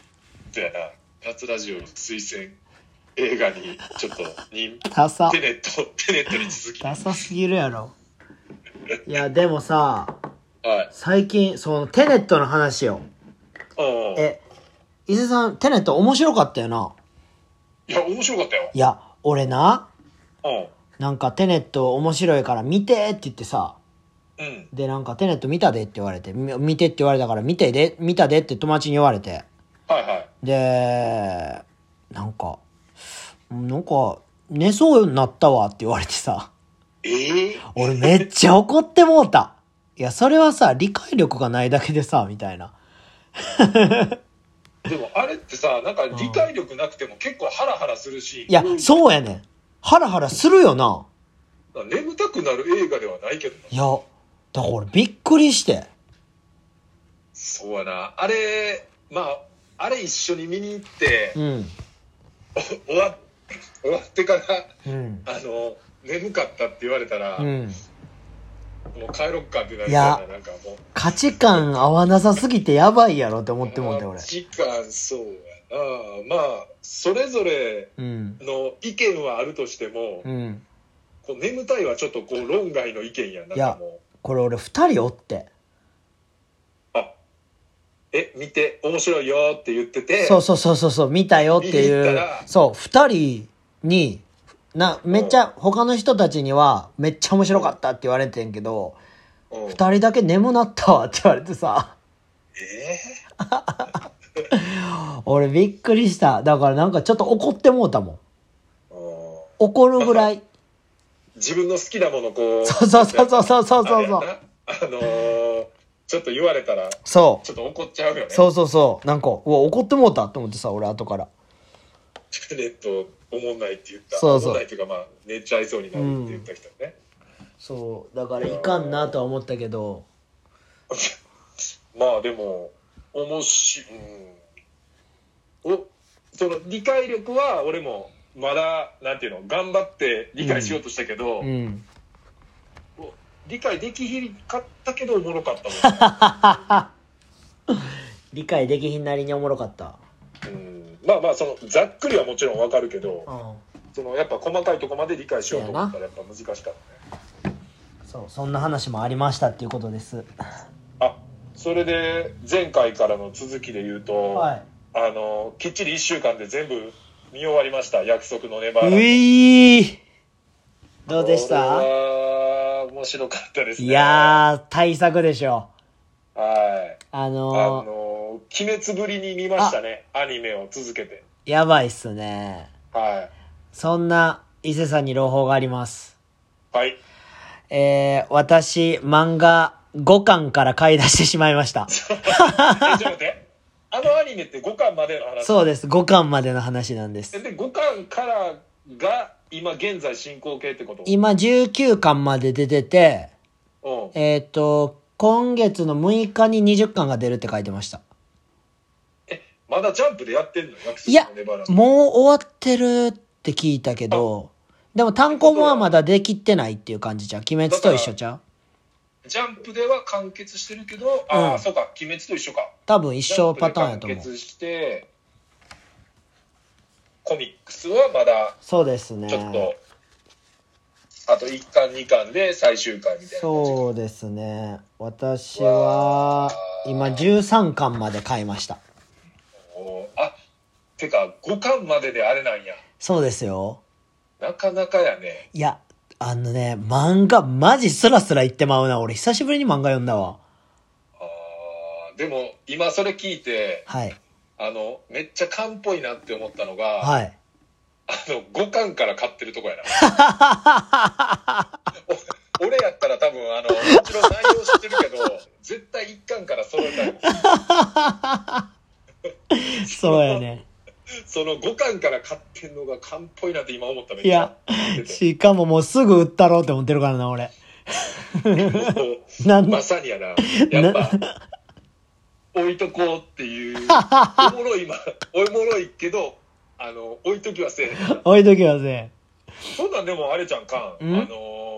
Speaker 2: そうやな脱ラジオ推薦映画にちょっとに
Speaker 1: ダサ
Speaker 2: テ。ネットテネットに続き
Speaker 1: ダサすぎるやろ。いや、でもさ、
Speaker 2: はい。
Speaker 1: 最近、その、テネットの話よ。
Speaker 2: うんうん。
Speaker 1: え、伊勢さん、テネット面白かったよな。
Speaker 2: いや、面白かったよ。
Speaker 1: いや、俺な、
Speaker 2: う
Speaker 1: なんかテネット面白いから見てって言ってさ、
Speaker 2: ん。うん。
Speaker 1: で、なんかテネット見たでって言われて、み見てって言われたから見てで、見たでって友達に言われて。
Speaker 2: はいはい。
Speaker 1: で、なんか、なんか、寝そうになったわって言われてさ、
Speaker 2: ええ
Speaker 1: 俺めっちゃ怒ってもうた。いや、それはさ、理解力がないだけでさ、みたいな。
Speaker 2: でもあれってさ、なんか理解力なくても結構ハラハラするし、
Speaker 1: いや
Speaker 2: う、ん
Speaker 1: そうやねん。ハラハラするよな。
Speaker 2: 眠たくなる映画ではないけどな。
Speaker 1: いや、だから俺びっくりして。
Speaker 2: そうやな。あれ、まあ、あれ一緒に見に行って
Speaker 1: う、ん。
Speaker 2: 終わっ終わってから、
Speaker 1: うん。
Speaker 2: あの、眠かったって言われたら、
Speaker 1: うん。
Speaker 2: もう帰ろっかってなる
Speaker 1: い
Speaker 2: か
Speaker 1: や
Speaker 2: ら、なんかもう。
Speaker 1: 価値観合わなさすぎてやばいやろって思ってもんて俺。
Speaker 2: 時間、そうやな。まあ、それぞれ
Speaker 1: うん。
Speaker 2: の意見はあるとしても、
Speaker 1: うん。
Speaker 2: こう眠たいはちょっとこう論外の意見やんなんかも
Speaker 1: これ俺二人おって。
Speaker 2: うあえ見て面白いよって言ってて
Speaker 1: そうそうそうそうそう、見たよって
Speaker 2: 見に行っ
Speaker 1: いう
Speaker 2: たら。
Speaker 1: そう、二人に、な、めっちゃ、他の人たちには、めっちゃ面白かったって言われてんけど、
Speaker 2: うん、え
Speaker 1: 二人だけ眠なったわって言われてさ、俺びっくりした。だからなんかちょっと怒ってもうたもん。
Speaker 2: ーうん
Speaker 1: 怒るぐらい。
Speaker 2: 自分の好きなものこう
Speaker 1: そうそうそうそうそうそう
Speaker 2: あ
Speaker 1: そう
Speaker 2: れや
Speaker 1: そ
Speaker 2: な
Speaker 1: う。
Speaker 2: あのーちょっと言われたら
Speaker 1: そう
Speaker 2: ちょっと怒っちゃうよね
Speaker 1: そうそうそう。なんか、うわ、怒ってもうたと思ってさ、俺後から。
Speaker 2: テネット思んないって言った
Speaker 1: そうそう
Speaker 2: 思んないっていうかまあ寝ちゃいそうになるって言った人ね、
Speaker 1: そう、だからいかんなとは思ったけど、
Speaker 2: まあでも面白い、うん、おその理解力は俺もまだなんていうの頑張って理解しようとしたけど、
Speaker 1: うん。
Speaker 2: 理解できひんかったけどおもろかった
Speaker 1: 理解できひんなりにおもろかった。
Speaker 2: もん、うん、まあまあそのざっくりはもちろんわかるけど
Speaker 1: うん。
Speaker 2: そのやっぱ細かいとこまで理解しようと思ったらやっぱ難しかったね
Speaker 1: そう、そんな話もありましたっていうことです。
Speaker 2: あそれで前回からの続きで言うと、
Speaker 1: はい。
Speaker 2: あのきっちり1週間で全部見終わりました約束のネバー
Speaker 1: う
Speaker 2: ランド
Speaker 1: いーどうでした
Speaker 2: これは面白かったですね。
Speaker 1: いやー、対策でしょ。
Speaker 2: はい。
Speaker 1: あ
Speaker 2: あ
Speaker 1: のー、
Speaker 2: のー、鬼滅ぶりに見ましたね。アニメを続けて。
Speaker 1: やばいっすね。
Speaker 2: は
Speaker 1: そんな伊勢さんに朗報があります。
Speaker 2: い。はい。
Speaker 1: えー、私、漫画5巻から買い出してしまいま した。
Speaker 2: えちょっと待って。あのアニメって5巻までの話。
Speaker 1: そうです、5巻までの話なんです。
Speaker 2: で、5巻からが今現在進行形ってこと
Speaker 1: 今19巻まで出てて、
Speaker 2: うん。
Speaker 1: えっ、と、今月の6日に20巻が出るって書いてました。
Speaker 2: まだジャンプでやってんの約
Speaker 1: いや
Speaker 2: 束のネバーランド。
Speaker 1: もう終わってるって聞いたけど、でも単行本はまだできてないっていう感じじゃん。鬼滅と一緒じゃん
Speaker 2: ジャンプでは完結してるけど、ああ、
Speaker 1: うん
Speaker 2: そうか、鬼滅と一緒か。
Speaker 1: 多分一生パターンやと
Speaker 2: ジャン
Speaker 1: 思
Speaker 2: プで
Speaker 1: う。
Speaker 2: 完結して、コミックスはまだ
Speaker 1: そうですね
Speaker 2: ちょっと、あと1巻2巻で最終回みたいな感じ
Speaker 1: そうですね私は今13巻まで買いました
Speaker 2: おーあてか5巻までであれなんや
Speaker 1: そうですよ
Speaker 2: なかなかやね
Speaker 1: いやあのね漫画マジスラスラ言ってまうな俺久しぶりに漫画読んだわ
Speaker 2: あーでも今それ聞いて
Speaker 1: はい
Speaker 2: あのめっちゃ缶っぽいなって思ったのが、
Speaker 1: はい
Speaker 2: あの5巻から買ってるとこや なお俺やったら多分あのもちろん内容知ってるけど絶対1巻から揃えたい
Speaker 1: そうやね
Speaker 2: その5巻から買ってんのが缶っぽいなって今思っためっ
Speaker 1: い
Speaker 2: ちゃ
Speaker 1: やしかももうすぐ売ったろうって思ってるからな俺
Speaker 2: も
Speaker 1: な
Speaker 2: うんまさにやなやっぱ置いとこうっていうおもろい今おもろいけどあの置いときはせえへん
Speaker 1: 置いときますね
Speaker 2: そんなんでもあれちゃんかん、
Speaker 1: うん
Speaker 2: あのー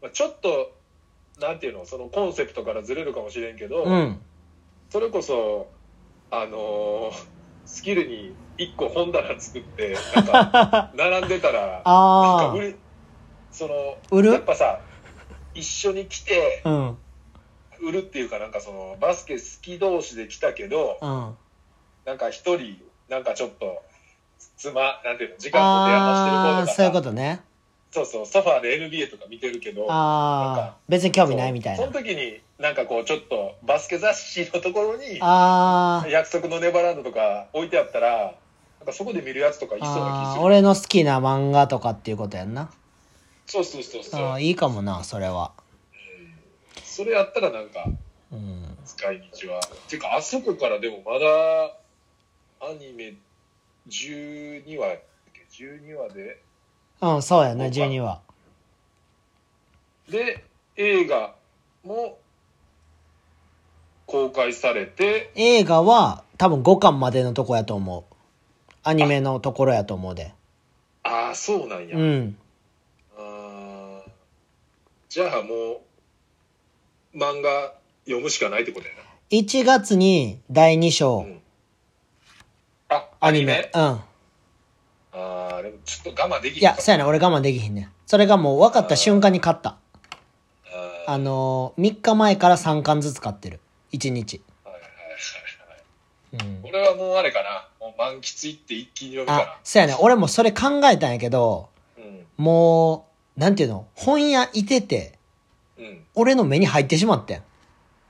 Speaker 2: まあちょっとなんていうのそのコンセプトからずれるかもしれんけど、
Speaker 1: うん
Speaker 2: それこそあのースキルに1個本棚作ってなん か並んでたらなんか
Speaker 1: あ
Speaker 2: 売れその
Speaker 1: あ売
Speaker 2: やっ
Speaker 1: る
Speaker 2: ぱさ一緒に来て
Speaker 1: うん
Speaker 2: 売るっていうかなんかそのバスケ好き同士で来たけど
Speaker 1: うん
Speaker 2: なんか一人なんかちょっとつまなんていうの時間を手
Speaker 1: あ
Speaker 2: 余
Speaker 1: あ
Speaker 2: してる子とかさ
Speaker 1: そういうことね
Speaker 2: そうそうソファーで NBA とか見てるけど
Speaker 1: ああ別に興味ないみたいな
Speaker 2: そうその時になんかこうちょっとバスケ雑誌のところに
Speaker 1: あー
Speaker 2: 約束のネバーランドとか置いてあったらなんかそこで見るやつとかいそうな
Speaker 1: あ
Speaker 2: 気
Speaker 1: ー
Speaker 2: する
Speaker 1: 俺の好きな漫画とかっていうことやんな
Speaker 2: そうそうそうそう、
Speaker 1: あーいいかもなそれは
Speaker 2: それやったらなんか
Speaker 1: うん
Speaker 2: 使い道はていうかあそこからでもまだアニメ12話だっけ12話で
Speaker 1: うんそうやな
Speaker 2: そうか
Speaker 1: 12話
Speaker 2: で映画も公開されて
Speaker 1: 映画は多分5巻までのとこやと思うアニメのところやと思うで
Speaker 2: ああそうなんや、
Speaker 1: うん
Speaker 2: あーじゃあもう漫画読むしかないってことや
Speaker 1: 1月に第2章、
Speaker 2: な、うん、あ
Speaker 1: アニメうん
Speaker 2: ああでもちょっと我慢でき
Speaker 1: いやそうやな俺我慢できひんねんそれがもう分かった瞬間に買った
Speaker 2: あー
Speaker 1: あのー、3日前から3巻ずつ買ってる1日
Speaker 2: はいはいはいはい
Speaker 1: うん
Speaker 2: 俺はもうあれかなもう満喫いって一気に読む
Speaker 1: あ
Speaker 2: か
Speaker 1: そうやね俺もそれ考えたんやけど
Speaker 2: らうん
Speaker 1: もうなんていうの本屋いてて
Speaker 2: うん
Speaker 1: 俺の目に入ってしまってん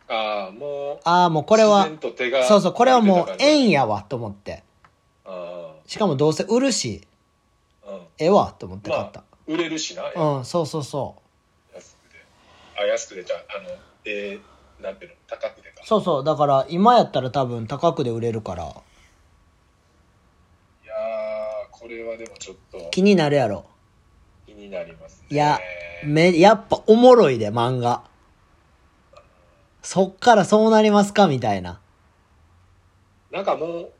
Speaker 2: ああもう
Speaker 1: ああもうこれは
Speaker 2: 自然と手が
Speaker 1: そうそうこれはもう縁
Speaker 2: や
Speaker 1: やわと思って
Speaker 2: あ
Speaker 1: しかもどうせ売るし
Speaker 2: ー、うん、
Speaker 1: ええわと思って買っ
Speaker 2: ま
Speaker 1: た
Speaker 2: あ、売れるしな、
Speaker 1: うんそうそうそ
Speaker 2: 安くであ安くでじゃああのえー、なんていうの高くでか
Speaker 1: うそうそうだから今やったら多分高くで売れるから
Speaker 2: いやーこれはでもちょっと
Speaker 1: 気になるやろ
Speaker 2: 気になりますね
Speaker 1: いやめやっぱおもろいで漫画そっからそうなりますかみたいな
Speaker 2: なんかもう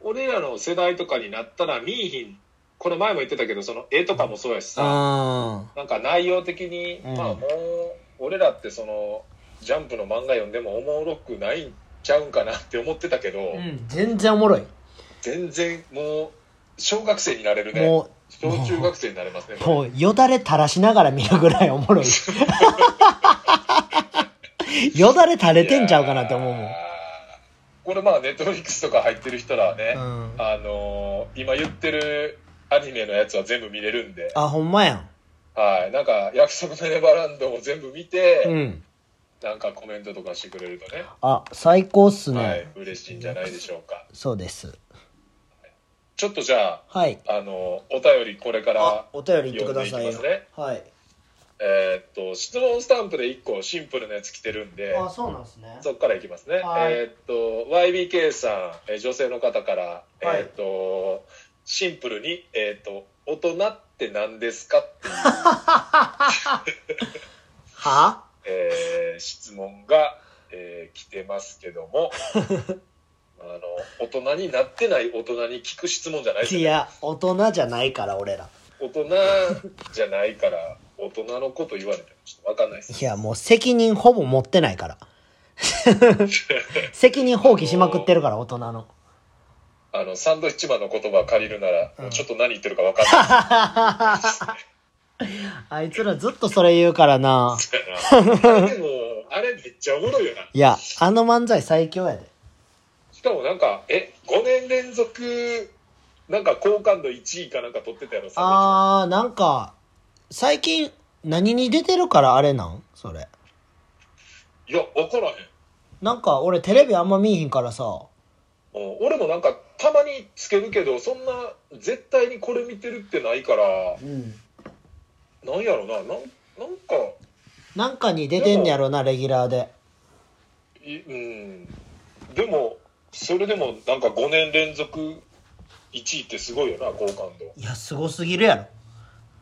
Speaker 2: 俺らの世代とかになったら見いひんこの前も言ってたけどその絵とかもそうやし
Speaker 1: う
Speaker 2: さ、
Speaker 1: ん
Speaker 2: なんか内容的に、
Speaker 1: うん
Speaker 2: まあもう俺らってそのジャンプの漫画読んでもおもろくないんちゃうんかなって思ってたけど、
Speaker 1: うん全然おもろい
Speaker 2: 全然もう小学生になれるね
Speaker 1: もう
Speaker 2: 小中学生になれますね
Speaker 1: もうよだれ垂らしながら見るぐらいお もろい。よだれ垂れてんちゃうかなって思うも
Speaker 2: いやーこれまあネットフリックスとか入ってる人らはね、
Speaker 1: ん。うん。
Speaker 2: あのー今言ってるアニメのやつは全部見れるんで、
Speaker 1: あ、ほんまやん。
Speaker 2: はい、なんか約束のネバーランドも全部見て、
Speaker 1: うん。
Speaker 2: なんかコメントとかしてくれるとね、
Speaker 1: あ、最高っすね。
Speaker 2: はい、嬉しいんじゃないでしょうか。
Speaker 1: そうです。
Speaker 2: ちょっとじゃ
Speaker 1: はい。
Speaker 2: あ、あのーお便りこれか
Speaker 1: あ
Speaker 2: ら、、
Speaker 1: お便り言ってくださいよ。
Speaker 2: 読んでいき
Speaker 1: はい。
Speaker 2: えーっと、質問スタンプで1個シンプルなやつ来てるんで、
Speaker 1: あ、そうなんですね。
Speaker 2: そこからいきますね。
Speaker 1: はい
Speaker 2: えーっと、YBK さん、えー女性の方から、
Speaker 1: はい
Speaker 2: えーっと、シンプルに、えーっと、大人って何ですかっていう、
Speaker 1: は
Speaker 2: えー質問が、えー来てますけど も、あの、大人になってない大人に聞く質問じゃないです
Speaker 1: い
Speaker 2: よね
Speaker 1: や、大人じゃないから、俺ら。
Speaker 2: 大人じゃないから、大人のこと言われてもちょっとわかんないです。
Speaker 1: いや、もう責任ほぼ持ってない から。責任放棄しまくってるから、大人の。
Speaker 2: ああの、サンドイッチマンの言葉を借りるなら、
Speaker 1: うん
Speaker 2: もうちょっと何言ってるか分かんない
Speaker 1: あいつらずっとそれ言うからな。
Speaker 2: ですから。あ れでも、あれめっちゃおもろいよな。
Speaker 1: いや、あの漫才最強やで。
Speaker 2: しかもなんか、え、5年連続、なんか好感度1位かなんか取ってたやろ、サ
Speaker 1: あー、なんか、最近何に出てるからあれなんそれ。
Speaker 2: ンドイッチマンいや、分からへん。
Speaker 1: なんか俺テレビあんま見えへんからさ。
Speaker 2: うん俺もなんか、たまにつけるけど、そんな、絶対にこれ見てるってないから、
Speaker 1: うん。
Speaker 2: なんやろな、なん、なんか、
Speaker 1: なんかに出てんやろな、レギュラーで。
Speaker 2: いうん。でも、それでもなんか5年連続1位ってすごいよな、好感度。
Speaker 1: いや、すごすぎるやろ。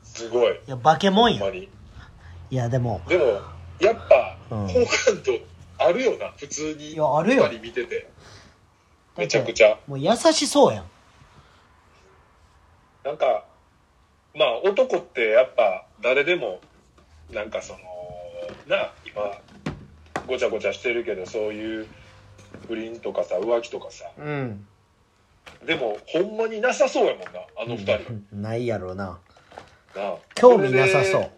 Speaker 2: すごい。
Speaker 1: いや、化け物
Speaker 2: ほんま
Speaker 1: や。
Speaker 2: に。
Speaker 1: いや、でも、
Speaker 2: でも、やっぱ、
Speaker 1: うん
Speaker 2: 好感度あるよな、普通に。
Speaker 1: いやあるよ
Speaker 2: やっぱり見てて。めちゃくちゃ。
Speaker 1: もう優しそうやん。
Speaker 2: なんか、まあ男ってやっぱ誰でも、なんかその、な、今、ごちゃごちゃしてるけど、そういう不倫とかさ、浮気とかさ、
Speaker 1: うん。
Speaker 2: でもほんまになさそうやもんな、あの二人。
Speaker 1: ないやろな。
Speaker 2: なあ
Speaker 1: 興味なさそ。
Speaker 2: こ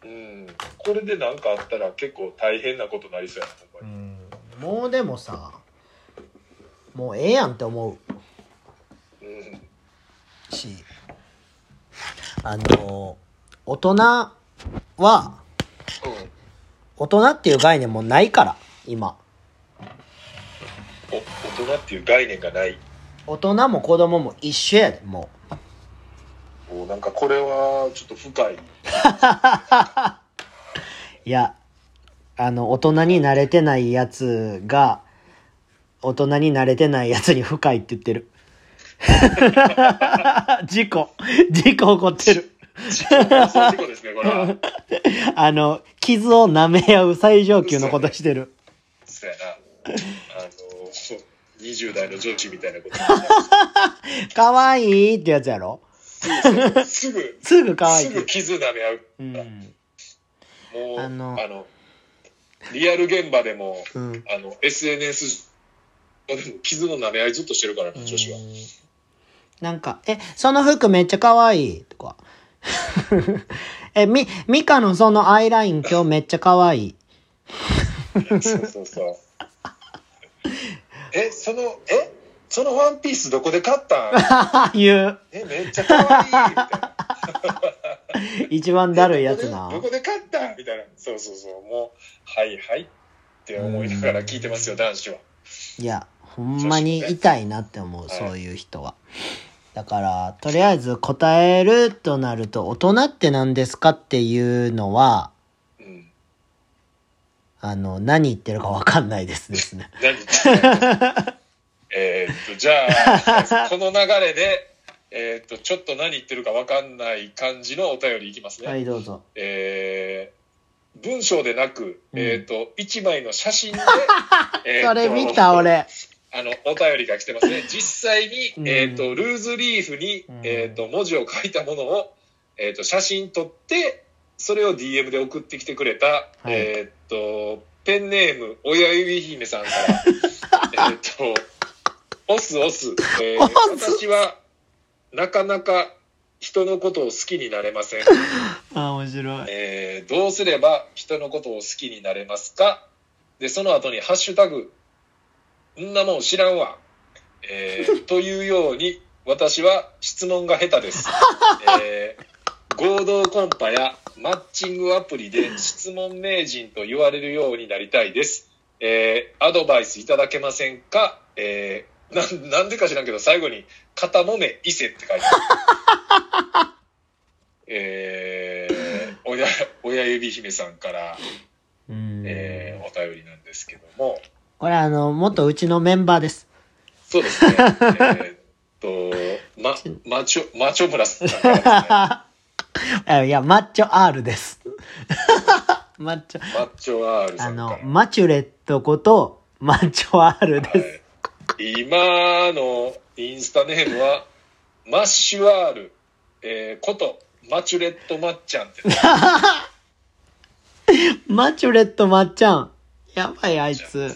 Speaker 1: う。
Speaker 2: れでうん。これでなんかあったら結構大変なことなりそうやな、ほんまに。
Speaker 1: もうでもさ、もうええやんって思
Speaker 2: うん
Speaker 1: うし、あの、大人は、
Speaker 2: うん
Speaker 1: 大人っていう概念もうないから、今。
Speaker 2: お大人っていう概念がない
Speaker 1: 大人も子供も一緒やで、もう。
Speaker 2: おなんかこれはちょっと深い
Speaker 1: いや、あの、大人になれてないやつが、大人になれてないやつに深いって言って る。事故。事故起こってる。
Speaker 2: そういうことですねこれは
Speaker 1: あの、傷を舐め合う最上級のことしてる。
Speaker 2: そうやなあの20代の上司みたいなこ
Speaker 1: かわいいってやつやろ
Speaker 2: とすぐ
Speaker 1: すぐかわいい
Speaker 2: す
Speaker 1: って
Speaker 2: ぐ。傷舐め合う
Speaker 1: うん。
Speaker 2: もう
Speaker 1: あ
Speaker 2: あ
Speaker 1: の
Speaker 2: のリアル現場でも、
Speaker 1: うん
Speaker 2: あの SNS でも傷の舐め合いずっとしてるからな女子は
Speaker 1: なんか、え、その服めっちゃかわいいと か。え、み、ミカのそのアイライン今日めっちゃかわ いい。
Speaker 2: そうそうそうえそのえそのワンピースどこで買ったん
Speaker 1: 言う。
Speaker 2: えめっちゃ可愛いみたいな
Speaker 1: 一番だるいやつな。
Speaker 2: どこで買ったみたいな。そうそうそう。もう、はいはいって思いながら聞いてますよ、男子は。
Speaker 1: いや、ほんまに痛いなって思う、
Speaker 2: い
Speaker 1: そういう人は。だから、とりあえず答えるとなると、大人って何ですかっていうのは、
Speaker 2: うん。
Speaker 1: あの、何言ってるかわかんないですですね。
Speaker 2: 何言ってんのえーっと、じゃあ、この流れで、えーっと、ちょっと何言ってるか分かんない感じのお便りいきます ね。
Speaker 1: はい、どうぞ。
Speaker 2: えー文章でなく、
Speaker 1: うん
Speaker 2: えーっと、一枚の写真で、えーっと
Speaker 1: それ見た、俺。
Speaker 2: あの、お便りが来てますね。実際に、
Speaker 1: うん
Speaker 2: えっ、と、ルーズリーフに、
Speaker 1: うん
Speaker 2: えっ、と、文字を書いたものを、えっ、と、写真撮って、それを DM で送ってきてくれた、
Speaker 1: い
Speaker 2: えっ、と、ペンネーム、親指姫さん から、えっと、オスオス、えー
Speaker 1: オス
Speaker 2: 私は、なかなか人のことを好きになれません。
Speaker 1: あ、面白い。
Speaker 2: えーどうすれば人のことを好きになれますかで、その後にハッシュタグ、んなもん知らんわ。えーというように、私は質問が下手です。えー合同コンパやマッチングアプリで質問名人と言われるようになりたいです。えーアドバイスいただけませんかえーななんでか知らんけど、最後に、肩もめ伊勢って書いてある。えー、親親指姫さんから、
Speaker 1: うん。
Speaker 2: えーお便りなんですけども、
Speaker 1: これあの、元うちのメンバーです。
Speaker 2: そうですね、えーっと、ま、マチョ、マチョ村さ んからですね、
Speaker 1: あいや、マッチョ R です。 マッチョ。
Speaker 2: マッチョ R
Speaker 1: あ
Speaker 2: さんから
Speaker 1: の、。マチュレットこと、マッチョ R です。
Speaker 2: はい今のインスタネー ムは、マッシュワール、えーこと、マチュレットマッチャンって、
Speaker 1: マチュレットまっちゃん。やばい、あいつ。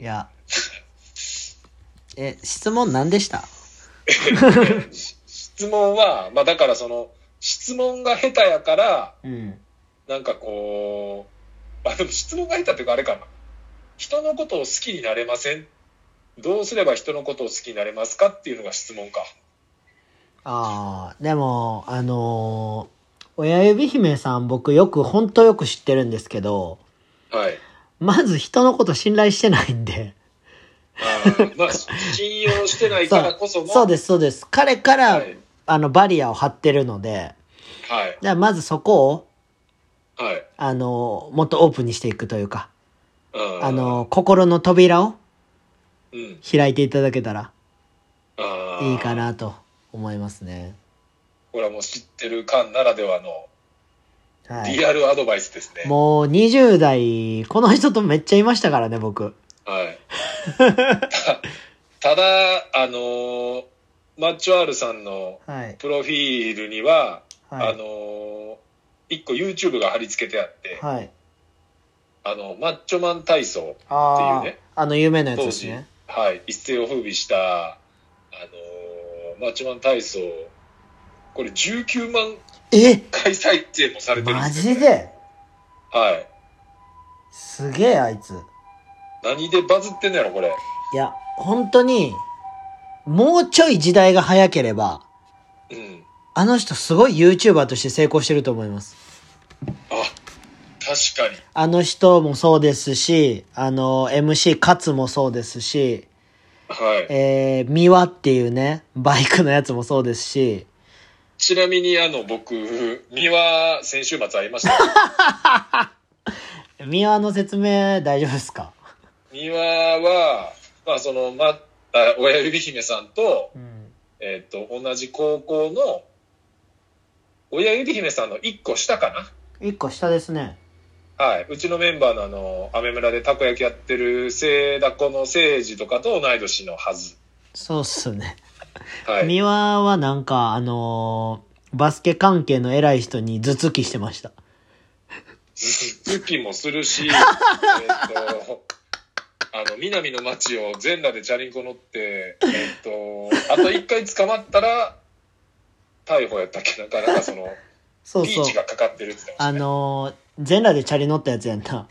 Speaker 1: いや。え、質問何でした
Speaker 2: 質問は、まあだからその、質問が下手やから、
Speaker 1: うん。
Speaker 2: なんかこう、あ、でも質問が下手っていうかあれかな。人のことを好きになれませんどうすれば人のことを好きになれますかっていうのが質問か。
Speaker 1: ああ、でも、あのー親指姫さん僕よく、ほんとよく知ってるんですけど、
Speaker 2: はい。
Speaker 1: まず人のこと信頼してないんで。
Speaker 2: あ ーまあ、信用してないからこその。
Speaker 1: そうです、そうです。彼から、
Speaker 2: はい。
Speaker 1: あの、バリアを張ってるので、
Speaker 2: はい。
Speaker 1: じゃあまずそこを、
Speaker 2: はい。
Speaker 1: あのーもっとオープンにしていくというか、
Speaker 2: うん
Speaker 1: あ、のー心の扉を
Speaker 2: うん。
Speaker 1: 開いていただけたら
Speaker 2: あー
Speaker 1: いいか。なと思いますね。
Speaker 2: これはもう知ってる間ならではの
Speaker 1: はい。
Speaker 2: リアルアドバイスですね。
Speaker 1: もう20代、この人とめっちゃいましたからね、僕。
Speaker 2: はい。たただ、あのーマッチョ R さんの
Speaker 1: はい。
Speaker 2: プロフィールには、
Speaker 1: は
Speaker 2: あの
Speaker 1: い。
Speaker 2: ー一個 YouTube が貼り付けてあって、
Speaker 1: はい。
Speaker 2: あの、マッチョマン体操、
Speaker 1: あ
Speaker 2: っ
Speaker 1: あ、
Speaker 2: ていうね
Speaker 1: あの有名なやつ
Speaker 2: 当
Speaker 1: です
Speaker 2: 時
Speaker 1: ね。、
Speaker 2: はい、一世を風靡した、あのーマッチョマン体操、これ19万
Speaker 1: え
Speaker 2: 回再生もされてるん
Speaker 1: マ
Speaker 2: ですよ、
Speaker 1: ジで
Speaker 2: はい。
Speaker 1: すげえ、あいつ。
Speaker 2: 何でバズってんのやろ、これ。
Speaker 1: いや、本当に、もうちょい時代が早ければ、
Speaker 2: うん。
Speaker 1: あの人すごい YouTuber として成功してると思います。
Speaker 2: あ、確かに。
Speaker 1: あの人もそうですし、あの、MC 勝もそうですし、
Speaker 2: はい。
Speaker 1: えー、ミワっていうね、バイクのやつもそうですし、
Speaker 2: ちなみに、あの、僕、三輪、先週末会い ました。
Speaker 1: ミワの説明大丈夫ですか
Speaker 2: 三輪は、まあ、その、ま、あ親指姫さんと、
Speaker 1: うん。
Speaker 2: えっ、と、同じ高校の、親指姫さんの一個下か
Speaker 1: 一個下ですね。
Speaker 2: な。はい。うちのメンバーのあの、アメ村でたこ焼きやってる、せいだこのせいじとかと同い年のはず。
Speaker 1: そうっすね。
Speaker 2: はい。
Speaker 1: ミワはなんか、あのーバスケ関係の偉い人に頭突きしてました。
Speaker 2: 好きもす るし、えっと、あの、南の町を全裸でチャリンコ乗って、えっと、あと一回捕まったら、逮捕やったっけなんか、なんかその、
Speaker 1: そう
Speaker 2: リ
Speaker 1: そ
Speaker 2: ー
Speaker 1: う
Speaker 2: チ。がかかってるって言ってました
Speaker 1: あ
Speaker 2: ね。
Speaker 1: のー全裸でチャリ乗ったやつやんな。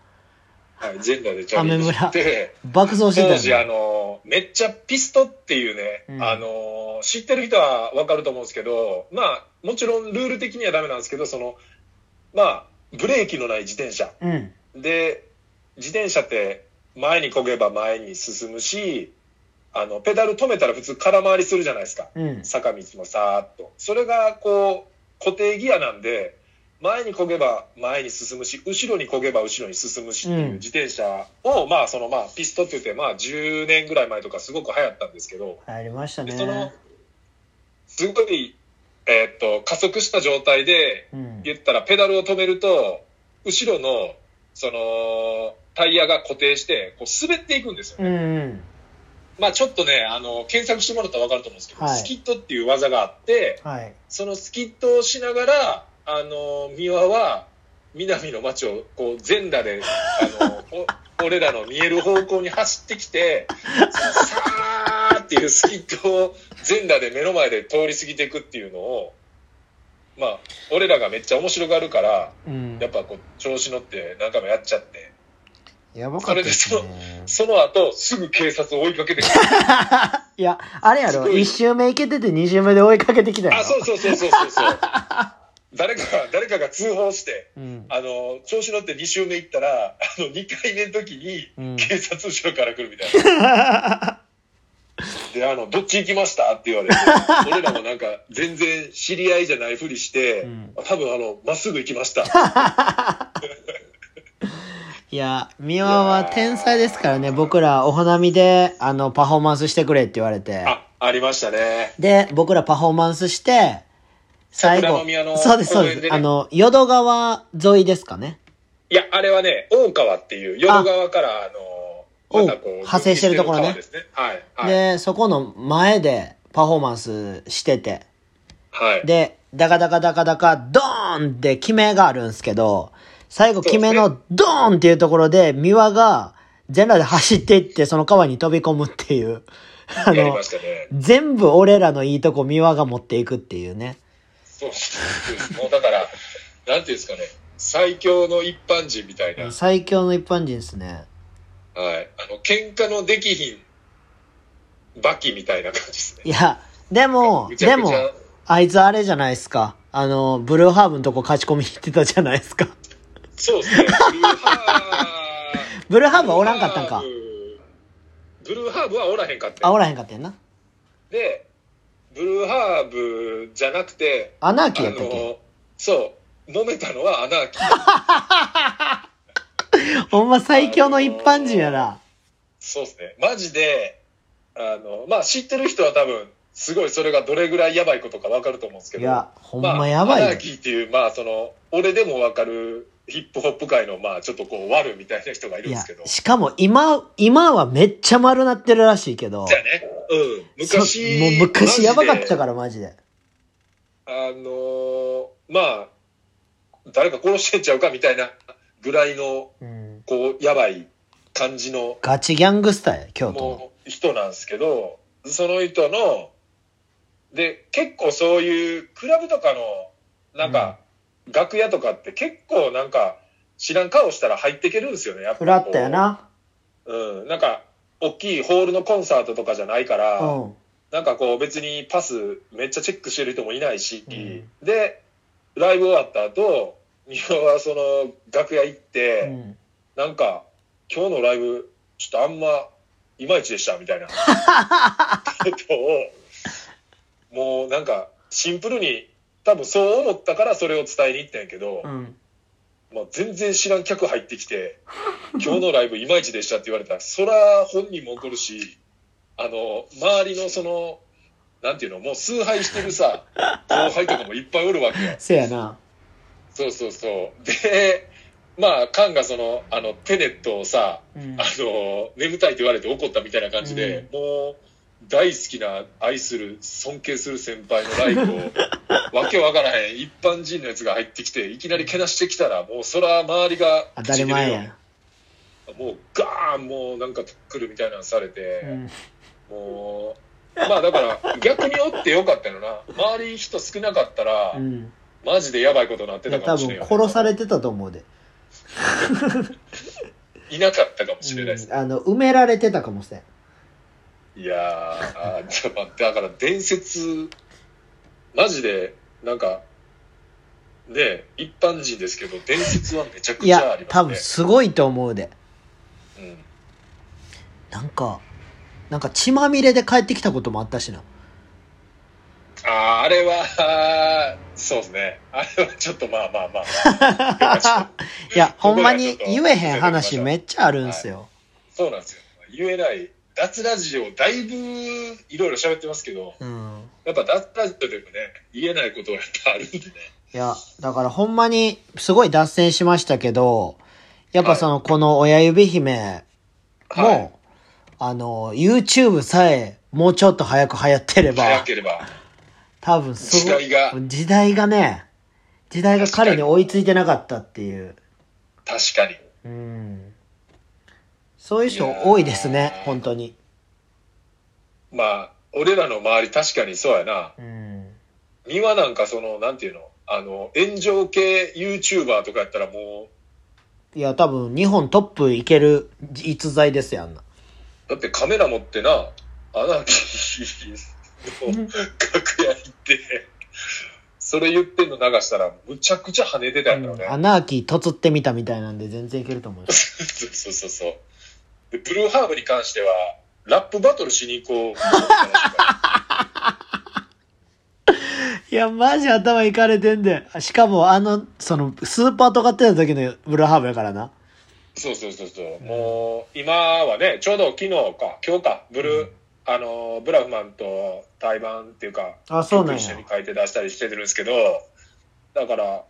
Speaker 2: はい、全裸でチャリンコ乗っ
Speaker 1: 雨
Speaker 2: て、
Speaker 1: 爆走してた
Speaker 2: 当時あ
Speaker 1: やんな。
Speaker 2: のめっちゃピストっていうね、
Speaker 1: うん
Speaker 2: あの知ってる人はわかると思うんですけどまあもちろんルール的にはダメなんですけどそのまあブレーキのない自転車
Speaker 1: うん。
Speaker 2: で自転車って前にこげば前に進むしあのペダル止めたら普通空回りするじゃないですか
Speaker 1: うん。
Speaker 2: 坂道もさーっとそれがこう固定ギアなんで前にこげば前に進むし後ろにこげば後ろに進むしっていう
Speaker 1: うん
Speaker 2: 自転車を、まあそのまあピストって言ってまあ10年ぐらい前とかすごく流行ったんですけど、
Speaker 1: ありました
Speaker 2: でその
Speaker 1: ね。
Speaker 2: すごい、えーっと加速した状態で
Speaker 1: うん。
Speaker 2: 言ったらペダルを止めると後ろのそのタイヤが固定してこう滑っていくんですよね
Speaker 1: うんうん。
Speaker 2: まあちょっとねあの検索してもらったら分かると思うんですけど、
Speaker 1: はい
Speaker 2: スキットっていう技があって
Speaker 1: はい。
Speaker 2: そのスキットをしながら、あの、三輪は、南の街を、こう、全裸で、あの、お 俺らの見える方向に走ってきて、さーっていうスキットを全裸で目の前で通り過ぎていくっていうのを、まあ、俺らがめっちゃ面白がるから、
Speaker 1: うん
Speaker 2: や。っぱこう、調子乗って何回もやっちゃって、
Speaker 1: やばかったです
Speaker 2: それ
Speaker 1: ね。
Speaker 2: その後、すぐ警察を追いかけてくる。
Speaker 1: いや、あれや
Speaker 2: す
Speaker 1: ろ。
Speaker 2: ごい
Speaker 1: 一周目行けてて二周目で追いかけてきたやろ。
Speaker 2: あ、そうそうそうそうそうそう。誰かが、誰かが通報して、
Speaker 1: うん。
Speaker 2: あの、調子乗って2周目行ったら、あの、2回目の時に、
Speaker 1: うん。
Speaker 2: 警察後ろから来るみたいな。 で、あの、どっち行きましたって言われて、俺らもなんか、全然知り合いじゃないふりして、
Speaker 1: うん
Speaker 2: 多分あの、まっすぐ行きました。
Speaker 1: いや、ミワは天才ですからね。僕らお花見で、あの、パフォーマンスしてくれって言われて。
Speaker 2: あ、ありましたね。
Speaker 1: で、僕らパフォーマンスして、最
Speaker 2: 桜
Speaker 1: 後
Speaker 2: の宮の、
Speaker 1: そうです、そう
Speaker 2: 公園
Speaker 1: で。
Speaker 2: ですね
Speaker 1: あの、淀川沿いですかね。
Speaker 2: いや、あれはね、大川っていう、淀川から、あの、またこう、
Speaker 1: おう派生してるところね
Speaker 2: 分岐してる川ですね。はい。はい。
Speaker 1: で、そこの前でパフォーマンスしてて、
Speaker 2: はい、
Speaker 1: で、ダカダカダカダカ、ドーンって決めがあるんですけど、最後決めのドーンっていうところで、ミワが全裸で走っていって、その川に飛び込むっていう。あ
Speaker 2: やり
Speaker 1: の
Speaker 2: ま、したね。
Speaker 1: 全部俺らのいいとこ三輪が持っていくっていうね。
Speaker 2: そうそうもうだから、なんていうんですかね、最強の一般人みたいな、はい、
Speaker 1: 最強の一般人ですね。
Speaker 2: あの、喧嘩のできひん、バキみたいな感じですね。
Speaker 1: いや、で も、
Speaker 2: ぐち
Speaker 1: で
Speaker 2: ゃぐち
Speaker 1: も、
Speaker 2: ゃ、
Speaker 1: あいつあれじゃないですか。あの、ブルーハーブのとこ勝ち込み行ってたじゃないですか。
Speaker 2: そうですね。ブルーハー
Speaker 1: ブルーハーブはおらんかったんか。
Speaker 2: ブルーハーブはおらへんかった
Speaker 1: あ、
Speaker 2: よ
Speaker 1: おらへんかったやんな。
Speaker 2: で、ブルーハーブじゃなくて、
Speaker 1: アナー
Speaker 2: あ
Speaker 1: キーやったっけ
Speaker 2: の、そう、揉めたのはアナーキー。
Speaker 1: ほんま最強の一般人やな。
Speaker 2: そうですね。マジで、あの、まあ、知ってる人は多分、すごいそれがどれぐらいやばいことかわかると思うんですけ
Speaker 1: い
Speaker 2: ど。
Speaker 1: や、ほんまやば
Speaker 2: まあ、ア
Speaker 1: い
Speaker 2: ナー
Speaker 1: よ。
Speaker 2: キーっていう、まあ、その、俺でもわかるヒップホップ界の、まあ、ちょっとこう、悪みたいな人がいる
Speaker 1: い
Speaker 2: んで
Speaker 1: や
Speaker 2: すけど、。
Speaker 1: しかも今、今はめっちゃ丸なってるらしいけど
Speaker 2: じゃ。あね、うん。昔、
Speaker 1: そもう昔やばかった
Speaker 2: ら。
Speaker 1: からマジで。
Speaker 2: あのーまあ、誰か殺してんちゃうかみたいなぐらいの、
Speaker 1: うん。
Speaker 2: こう、やばい感じの
Speaker 1: ガチギャングスターや、京都の。
Speaker 2: もう人なんですけど、その人の、で、結構そういうクラブとかの、なんか、楽屋とかって結構なんか、知らん顔したら入っていけるんですよね、やっぱ。
Speaker 1: フラットや。な。
Speaker 2: うん、なんか、大きいホールのコンサートとかじゃないから、
Speaker 1: うん。
Speaker 2: なんかこう別にパスめっちゃチェックしてる人もいないし、
Speaker 1: う
Speaker 2: で、ライブ終わった後、三輪はその楽屋行って、
Speaker 1: うん。
Speaker 2: なんか、今日のライブ、ちょっとあんま、いまいちでした、み たいなことを、もうなんか、シンプルに、多分そう思ったからそれを伝えに行ったんやけど、
Speaker 1: うん。
Speaker 2: まあ、全然知らん客入って きて、今日のライブいまいちでしたって言われたら、そら本人も怒るし、あの、周りのその、なんていうの、もう崇拝してるさ、後輩とかもいっぱいおるわけよ。
Speaker 1: せやな。
Speaker 2: そうそうそう。で、まあ、カンがその、あの、テネットをさ、
Speaker 1: うん
Speaker 2: あ。の、眠たいと言われて怒ったみたいな感じで、もう、大好きな、愛する、尊敬する先輩のライブ を、わけわからへん、一般人のやつが入ってきて、いきなりけなしてきたら、もう、そら、周りが、
Speaker 1: 当たり前や。
Speaker 2: もう、ガーン、もう、なんか、来るみたいなのされて、
Speaker 1: うん。
Speaker 2: もう、まあ、だから、逆におってよかったよな。周り人少なかったら、
Speaker 1: うん。
Speaker 2: マジでやばいことになって
Speaker 1: い
Speaker 2: た
Speaker 1: や、多
Speaker 2: かもしれん
Speaker 1: 分
Speaker 2: よね
Speaker 1: 殺されてたと思うで。
Speaker 2: いなかったかもしれないです
Speaker 1: うんあの、埋められてたかもしれん。
Speaker 2: いやー、あーじゃあまあだから伝説、マジで、なんか、ね、一般人ですけど、伝説はめちゃく
Speaker 1: い
Speaker 2: ちゃあ
Speaker 1: や
Speaker 2: り、
Speaker 1: 多
Speaker 2: ま
Speaker 1: 分
Speaker 2: す
Speaker 1: すごいと思うで。
Speaker 2: ね。うん、
Speaker 1: なんか、なんか血まみれで帰ってきたこともあったしな。
Speaker 2: あーあれは、そうですね。あれはちょっとまあまあまあまあちょっ と。
Speaker 1: いや、ほんま
Speaker 2: こ
Speaker 1: に
Speaker 2: こらちょ
Speaker 1: 言
Speaker 2: っと
Speaker 1: えへん話めっちゃあるんすよ。
Speaker 2: そうなんですよ。言えない。脱ラジオ、だいぶいろいろ喋ってますけど、
Speaker 1: うん。
Speaker 2: やっぱ脱ラジオでもね、言えないことがやっぱあるんでね。
Speaker 1: いや、だからほんまにすごい脱線しましたけど、やっぱその、この親指姫も、
Speaker 2: はい
Speaker 1: あの、YouTube さえもうちょっと早く流行ってれば、
Speaker 2: 早ければ。
Speaker 1: 多分すごい。
Speaker 2: 時代が
Speaker 1: 時代がね、時代が彼に追いついてなかったっていう。
Speaker 2: 確かに。
Speaker 1: うん。そういう人多いです
Speaker 2: い
Speaker 1: ね
Speaker 2: やー、
Speaker 1: 本当に。
Speaker 2: まあ、俺らの周り確かにそうやな。
Speaker 1: うん。
Speaker 2: 三輪なんかその、なんていうのあの、炎上系 YouTuber とかやったらも
Speaker 1: いや、多分日本トップいける逸材ですよ、あんな。
Speaker 2: う、だってカメラ持ってな、アナキーの楽屋行って、それ言ってんの流したら、むちゃくちゃ跳ねてたんだよね。
Speaker 1: アナーキーとつってみたみたいなんで全然いけると思うよ。
Speaker 2: そうそうそうそう。で、ブルーハーブに関しては、ラップバトルしに行こうと思ったらしいから。
Speaker 1: いや、マジ頭いかれてんで。しかも、あの、その、スーパー尖ってた時のブルーハーブやからな。
Speaker 2: そうそうそうそう、もう今はねちょうど昨日か今日かブルー、あのブラフマンと対バンっていうか
Speaker 1: あそうなんや
Speaker 2: 曲一緒に書いて出したりしてるんですけどだから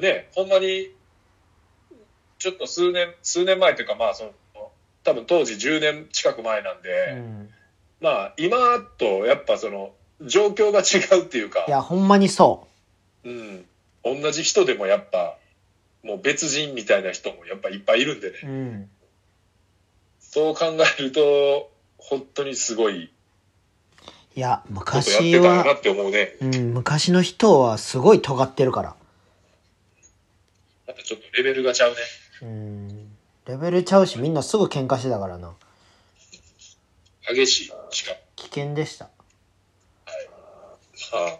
Speaker 2: ねほんまにちょっと数年数年前というかまあその多分当時10年近く前なん
Speaker 1: う
Speaker 2: で、
Speaker 1: ん。
Speaker 2: まあ今とやっぱその状況が違うっていうか
Speaker 1: いや、ほんまにそ
Speaker 2: うん、同じ人でもやっぱもう別人みたいな人もやっぱいっぱいいるんでね
Speaker 1: う。うん。
Speaker 2: そう考えると、本当にすごい
Speaker 1: いや、
Speaker 2: ことやっ
Speaker 1: 昔
Speaker 2: てたんだな
Speaker 1: は、
Speaker 2: って思うね。
Speaker 1: うん、昔の人はすごい尖ってるから。
Speaker 2: またちょっとレベルがちゃうね。
Speaker 1: うん、レベルちゃうし、みんなすぐ喧嘩してたからな。
Speaker 2: 激しい。しかも
Speaker 1: 危険でした。
Speaker 2: まあ、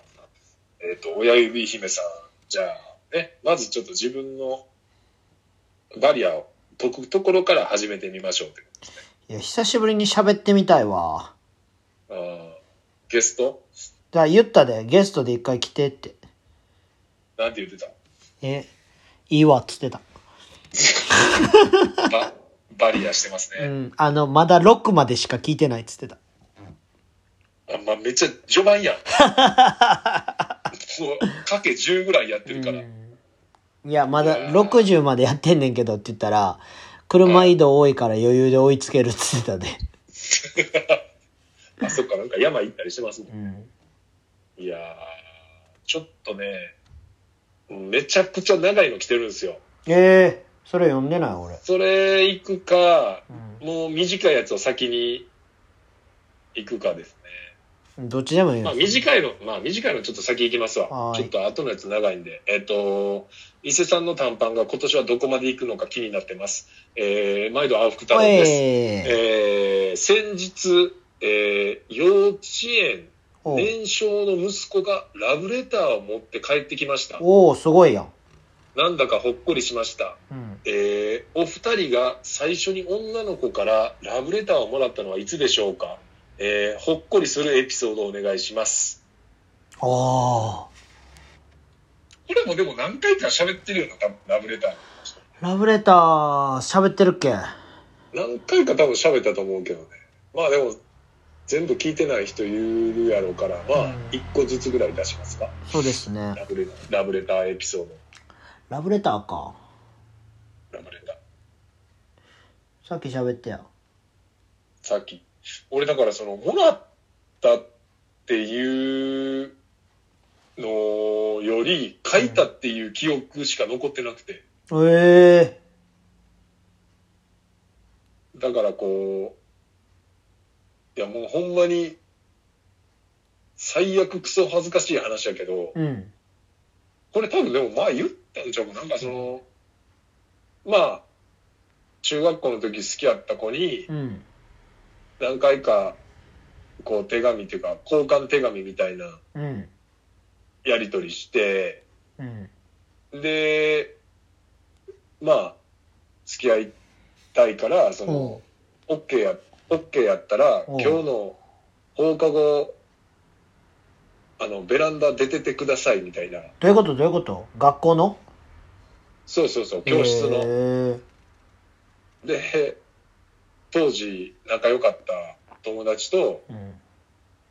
Speaker 2: えっ、と、親指姫さん、じゃあ、ね、まずちょっと自分のバリアを解くところから始めてみましょうってこ
Speaker 1: いや、久しぶりに喋ってみたいわ。
Speaker 2: と。ああゲスト
Speaker 1: だから言ったで、ゲストで一回来てって。
Speaker 2: なんて言ってた
Speaker 1: え、いいわっつってた。
Speaker 2: ババリアしてます
Speaker 1: う
Speaker 2: ね。
Speaker 1: ん、あの、まだ6までしか聞いてないっつってた。
Speaker 2: あまあ、めっちゃ序盤やん。もう、かけ10ぐらいやってるから。
Speaker 1: いや、まだ60までやってんねんけどって言ったら、車移動多いから余裕で追いつけるっつってたで。
Speaker 2: あ、そっか、なんか山行ったりしてますもん。
Speaker 1: うん。
Speaker 2: いやー、ちょっとね、めちゃくちゃ長いの来てるんですよ。
Speaker 1: ええそれ読んでない俺。
Speaker 2: それ行くか、
Speaker 1: う
Speaker 2: もう短いやつを先に行くかです
Speaker 1: ん。どっちでもいい
Speaker 2: ね。
Speaker 1: よ
Speaker 2: まあ。短いの、まあ短いのちょっと先行きますわ。
Speaker 1: はい
Speaker 2: ちょっと後のやつ長いんで。えっ、と、伊勢さんの短パンが今年はどこまで行くのか気になってます。えー、毎度青福太郎
Speaker 1: お
Speaker 2: です。
Speaker 1: え
Speaker 2: えー先日、えー幼稚園
Speaker 1: おう
Speaker 2: 年少の息子がラブレターを持って帰ってきました。
Speaker 1: おうすごいやん。
Speaker 2: なんだかほっこりしました。
Speaker 1: うん。
Speaker 2: えーお二人が最初に女の子からラブレターをもらったのはいつでしょうか、えーほっこりするエピソードをお願いします。
Speaker 1: ああ。
Speaker 2: これもでも何回か喋ってるよな、多分ラブレター。
Speaker 1: ラブレター、喋ってるっけ
Speaker 2: 何回か多分喋ったと思うけどね。まあでも、全部聞いてない人いるやろうから、まあ
Speaker 1: うん、
Speaker 2: 一個ずつぐらい出しますか。
Speaker 1: そうですね。
Speaker 2: ラブレター、ラブレターエピソード、
Speaker 1: ラブレターか。
Speaker 2: ラブレター。
Speaker 1: さっき喋ってや。
Speaker 2: さっき。俺だからその、もらったっていうのより、書いたっていう記憶しか残ってなくて。
Speaker 1: ええ
Speaker 2: だからこう、いやもうほんまに、最悪クソ恥ずかしい話やけど、
Speaker 1: うん。
Speaker 2: これ多分でも前言ったんちゃうかなんかその、まあ、中学校の時好きやった子に
Speaker 1: うん。
Speaker 2: 何回か、こう手紙っていうか、交換手紙みたいな
Speaker 1: うん。
Speaker 2: やり取りして、
Speaker 1: うん。
Speaker 2: で、まあ、付き合いたいから、そ
Speaker 1: お
Speaker 2: の、OK や、OK やったら、
Speaker 1: お
Speaker 2: 今日の放課後、あの、ベランダ出ててくださいみたいな。
Speaker 1: どういうことどういうこと学校の
Speaker 2: そうそうそう、教室の。
Speaker 1: え
Speaker 2: で、当時仲良かった友達と
Speaker 1: えうん。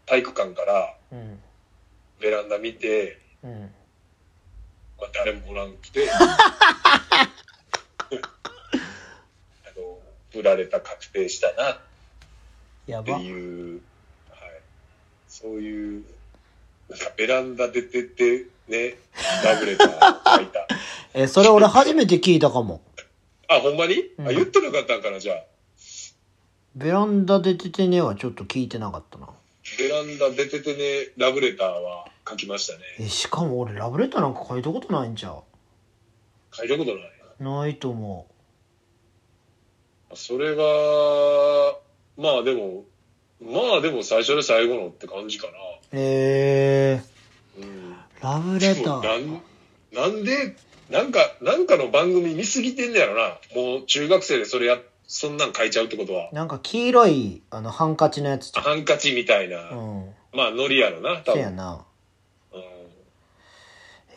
Speaker 2: 体育館から
Speaker 1: うん。
Speaker 2: ベランダ見て、
Speaker 1: うん。
Speaker 2: まあ、誰もおらんくて、あの、振られた確定したなっ
Speaker 1: や
Speaker 2: って
Speaker 1: ば。
Speaker 2: いう、はい、そういう、なんかベランダ出てて、ね、ラブレター書い た。
Speaker 1: え、それ俺初めて聞いたかも。
Speaker 2: あ、ほんまに、
Speaker 1: うん
Speaker 2: あ言ってなかったんかな、じゃあ。
Speaker 1: ベランダで出てねえはちょっと聞いてなかったな。
Speaker 2: ベランダ出ててね、ラブレターは書きましたね。
Speaker 1: え、しかも俺ラブレターなんか書いたことないんちゃ
Speaker 2: 書いたことない。
Speaker 1: うないと思
Speaker 2: それが、まあでも、まあでも最初で最後のって感じか
Speaker 1: う。ええ
Speaker 2: な。う
Speaker 1: ラ
Speaker 2: ん。
Speaker 1: ブレタ
Speaker 2: もな
Speaker 1: ー。
Speaker 2: んなんで、なんか、なんかの番組見すぎてんねやろな。もう中学生でそれや、そんなん書いちゃうってことは。
Speaker 1: なんか黄色い、あの、ハンカチのやつちゃ。
Speaker 2: ハンカチみたいう
Speaker 1: う
Speaker 2: な、
Speaker 1: ん。
Speaker 2: まあノリやろな、多
Speaker 1: せや
Speaker 2: 分。
Speaker 1: な。
Speaker 2: うん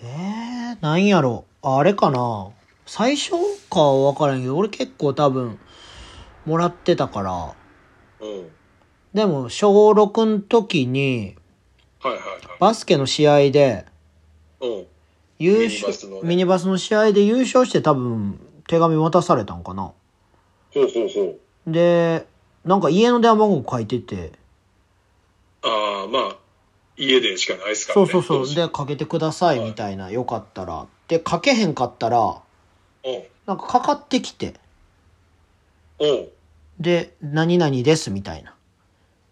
Speaker 1: ええー、なんやろ。ああれかな。最初かは分からんけど、俺結構多分、もらってたから。
Speaker 2: うん。
Speaker 1: でも、小6の時に、
Speaker 2: はいはいはい。
Speaker 1: バスケの試合で、
Speaker 2: うん。
Speaker 1: 優
Speaker 2: ミニバス
Speaker 1: 勝
Speaker 2: のね
Speaker 1: ミニバスの試合で優勝して多分手紙渡されたんかな
Speaker 2: ほうほうほう。
Speaker 1: でなんか家の電話番号書いてて
Speaker 2: ああ、まあ、家でしかないですから
Speaker 1: そう
Speaker 2: ね。
Speaker 1: そうそう
Speaker 2: で、
Speaker 1: でかけてくださいみたいなよかったらでかけへんかったら
Speaker 2: うん。
Speaker 1: なんかかかってきて
Speaker 2: うん。
Speaker 1: で、何々ですみたいな。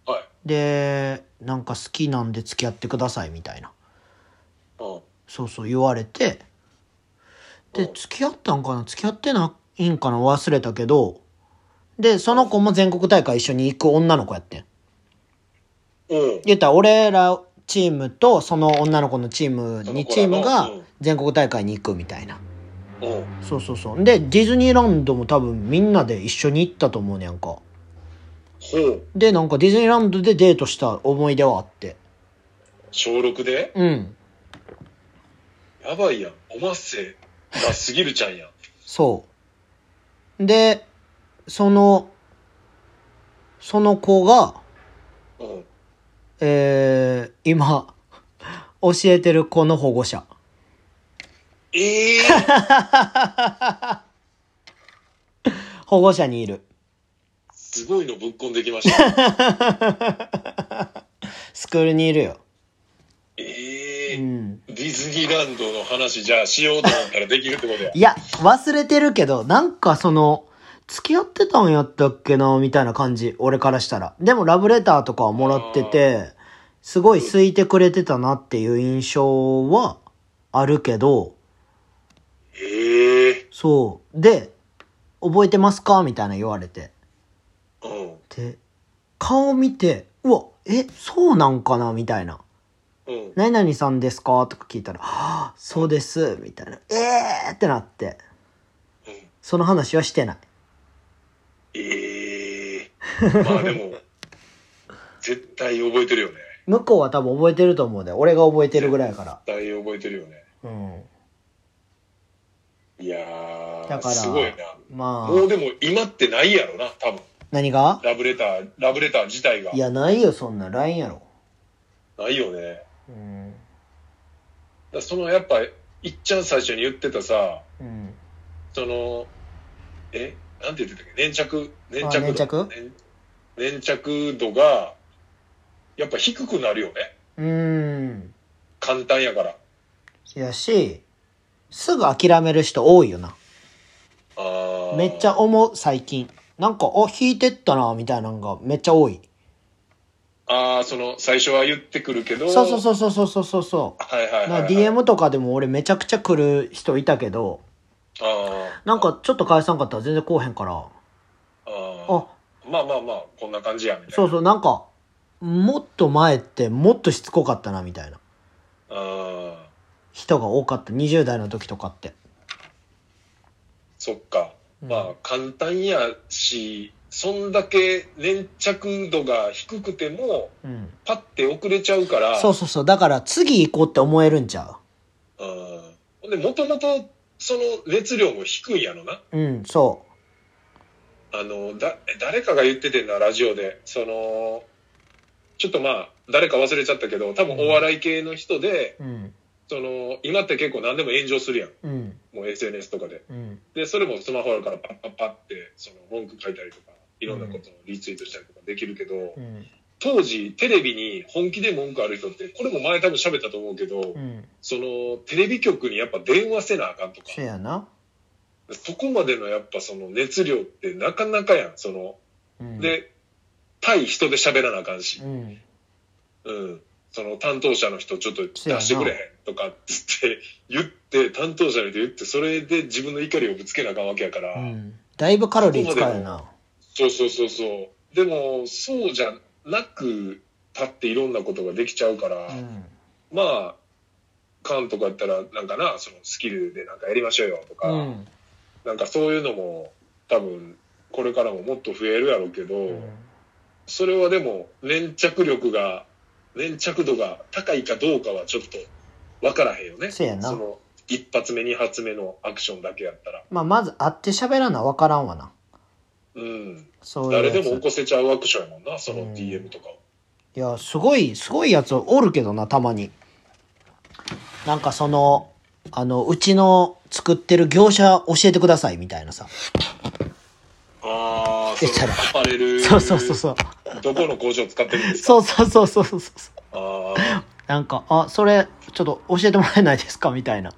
Speaker 2: はい。
Speaker 1: で、なんか好きなんで付き合ってくださいみたいな。
Speaker 2: うん。
Speaker 1: そうそう言われて、で
Speaker 2: う、ん
Speaker 1: 付き合ったんかな付き合ってないんかな忘れたけど、で、その子も全国大会一緒に行く女の子やってん。
Speaker 2: うん。
Speaker 1: 言ったら俺らチームとその女の子のチーム2チームが全国大会に行くみたいな。
Speaker 2: うん。
Speaker 1: そうそうそう。で、ディズニーランドも多分みんなで一緒に行ったと思うねやんか。
Speaker 2: ほう。
Speaker 1: で、なんかディズニーランドでデートした思い出はあって。
Speaker 2: 小6で
Speaker 1: うん。
Speaker 2: やばいやん。おまっせがすぎるちゃんやん。
Speaker 1: そう。で、その、その子が、
Speaker 2: うん。
Speaker 1: えー、今、 教えてる子の保護者。
Speaker 2: ええ
Speaker 1: 保護者にいる。
Speaker 2: すごいのぶっこんできま した。
Speaker 1: スクールにいるよ。
Speaker 2: ええ
Speaker 1: うん。
Speaker 2: ディズニーランドの話じゃあしようと思ったらできるってことや。
Speaker 1: いや、忘れてるけど、なんかその、付き合ってたんやったっけな、みたいな感じ。俺からしたら。でもラブレターとかはもらってて、すごい好いてくれてたなっていう印象はあるけど、
Speaker 2: ええ
Speaker 1: そう。で、覚えてますかみたいな言われて。
Speaker 2: うん。
Speaker 1: で、顔見て、うわ、え、そうなんかなみたいな。
Speaker 2: うん。
Speaker 1: 何々さんですかとか聞いたら、はあ、そうです。みたいな。えーってなって。
Speaker 2: うん
Speaker 1: その話はしてない。
Speaker 2: ええまあで も、絶対覚えてるよね。
Speaker 1: 向こうは多分覚えてると思うで。俺が覚えてるぐらいやか
Speaker 2: 絶対覚えてるよね。
Speaker 1: ら。うん。
Speaker 2: いやー、
Speaker 1: だから
Speaker 2: すごいな。
Speaker 1: ま
Speaker 2: も
Speaker 1: あ
Speaker 2: う、でも今ってないやろな、多分。
Speaker 1: 何が
Speaker 2: ラブレター、ラブレター自体が
Speaker 1: い。や、ないよ、そんな。LINE やろ。
Speaker 2: ないよね。
Speaker 1: うん。
Speaker 2: だからそのやっぱ、いっちゃん最初に言ってたさ、
Speaker 1: うん。
Speaker 2: その、え、なんて言ってたっけ粘着、粘
Speaker 1: あ粘
Speaker 2: 着
Speaker 1: 着
Speaker 2: 度。粘粘着度が、やっぱ低くなるよね。
Speaker 1: うん。
Speaker 2: 簡単やから。
Speaker 1: やし、すぐ諦める人多いよな。
Speaker 2: あー
Speaker 1: めっちゃ思う、最近。なんか、お、引いてったな、みたいなのがめっちゃ多い。
Speaker 2: ああ、その、最初は言ってくるけど。
Speaker 1: そうそうそうそうそうそうそうそう。
Speaker 2: はいはいはい、
Speaker 1: な
Speaker 2: は
Speaker 1: ん
Speaker 2: い。
Speaker 1: か DM とかでも俺めちゃくちゃ来る人いたけど、
Speaker 2: あ
Speaker 1: なんかちょっと返さんかったら全然来おへんから、
Speaker 2: ーあ
Speaker 1: あ、
Speaker 2: ー。まあまあまあ、こんな感じや、みたいな。
Speaker 1: そうそう、なんか、もっと前ってもっとしつこかったな、みたいな
Speaker 2: ああ、
Speaker 1: 人が多かった。20代の時とかって。
Speaker 2: そっか。
Speaker 1: うん
Speaker 2: まあ、簡単やし、そんだけ粘着度が低くても、
Speaker 1: うん。
Speaker 2: パッて遅れちゃうから。
Speaker 1: そうそうそう。だから次行こうって思えるんちゃ
Speaker 2: うん。ほんで、もともと、その熱量も低いやろな。
Speaker 1: ううん、そ
Speaker 2: あの、だ、誰かが言っててんな、ラジオで。その、ちょっとまあ、誰か忘れちゃったけど、多分お笑い系の人で、
Speaker 1: う。うん。
Speaker 2: その、今って結構何でも炎上するやん。
Speaker 1: うん。
Speaker 2: もう SNS とかで。
Speaker 1: うん。
Speaker 2: で、それもスマホあるからパッパッパッって、その文句書いたりとか、いろんなことをリツイートしたりとかできるけど、
Speaker 1: うん。
Speaker 2: 当時テレビに本気で文句ある人って、これも前多分喋ったと思うけど、
Speaker 1: うん。
Speaker 2: その、テレビ局にやっぱ電話せなあかんとか、
Speaker 1: せやな。
Speaker 2: そこまでのやっぱその熱量ってなかなかやん。その、
Speaker 1: うん。
Speaker 2: で、対人で喋らなあかんし
Speaker 1: う、ん。
Speaker 2: うん。その担当者の人ちょっと出してくれへんとかっつって言って、担当者の人言って、それで自分の怒りをぶつけなあかんわけやから、
Speaker 1: うん。だいぶカロリー使うよな。
Speaker 2: そうそうそうそう。でも、そうじゃなく、たっていろんなことができちゃうから、
Speaker 1: うん。
Speaker 2: まあ、カンとかやったら、なんかな、そのスキルでなんかやりましょうよとか、
Speaker 1: うん。
Speaker 2: なんかそういうのも、多分、これからももっと増えるやろうけど、
Speaker 1: うん
Speaker 2: それはでも粘着力が粘着度が高いかどうかはちょっと分からへんよね
Speaker 1: せやな
Speaker 2: その一発目二発目のアクションだけやったら
Speaker 1: まあ、まず会って喋らな分からんわな。
Speaker 2: うん
Speaker 1: そういう
Speaker 2: 誰
Speaker 1: やつ。
Speaker 2: でも起こせちゃうアクションやもんなそ
Speaker 1: うん
Speaker 2: の DM とかを
Speaker 1: いや、すごい、すごいやつおるけどな、たまに。なんかその、あの、うちの作ってる業者教えてください、みたいなさ。
Speaker 2: ああ
Speaker 1: そのえ
Speaker 2: アパレル
Speaker 1: そうそうそうそう。
Speaker 2: どこの工場使ってるんですか
Speaker 1: そうそうそうそうそうそう。
Speaker 2: ああ
Speaker 1: なんか、あ、それ、ちょっと教えてもらえないですかみたいな。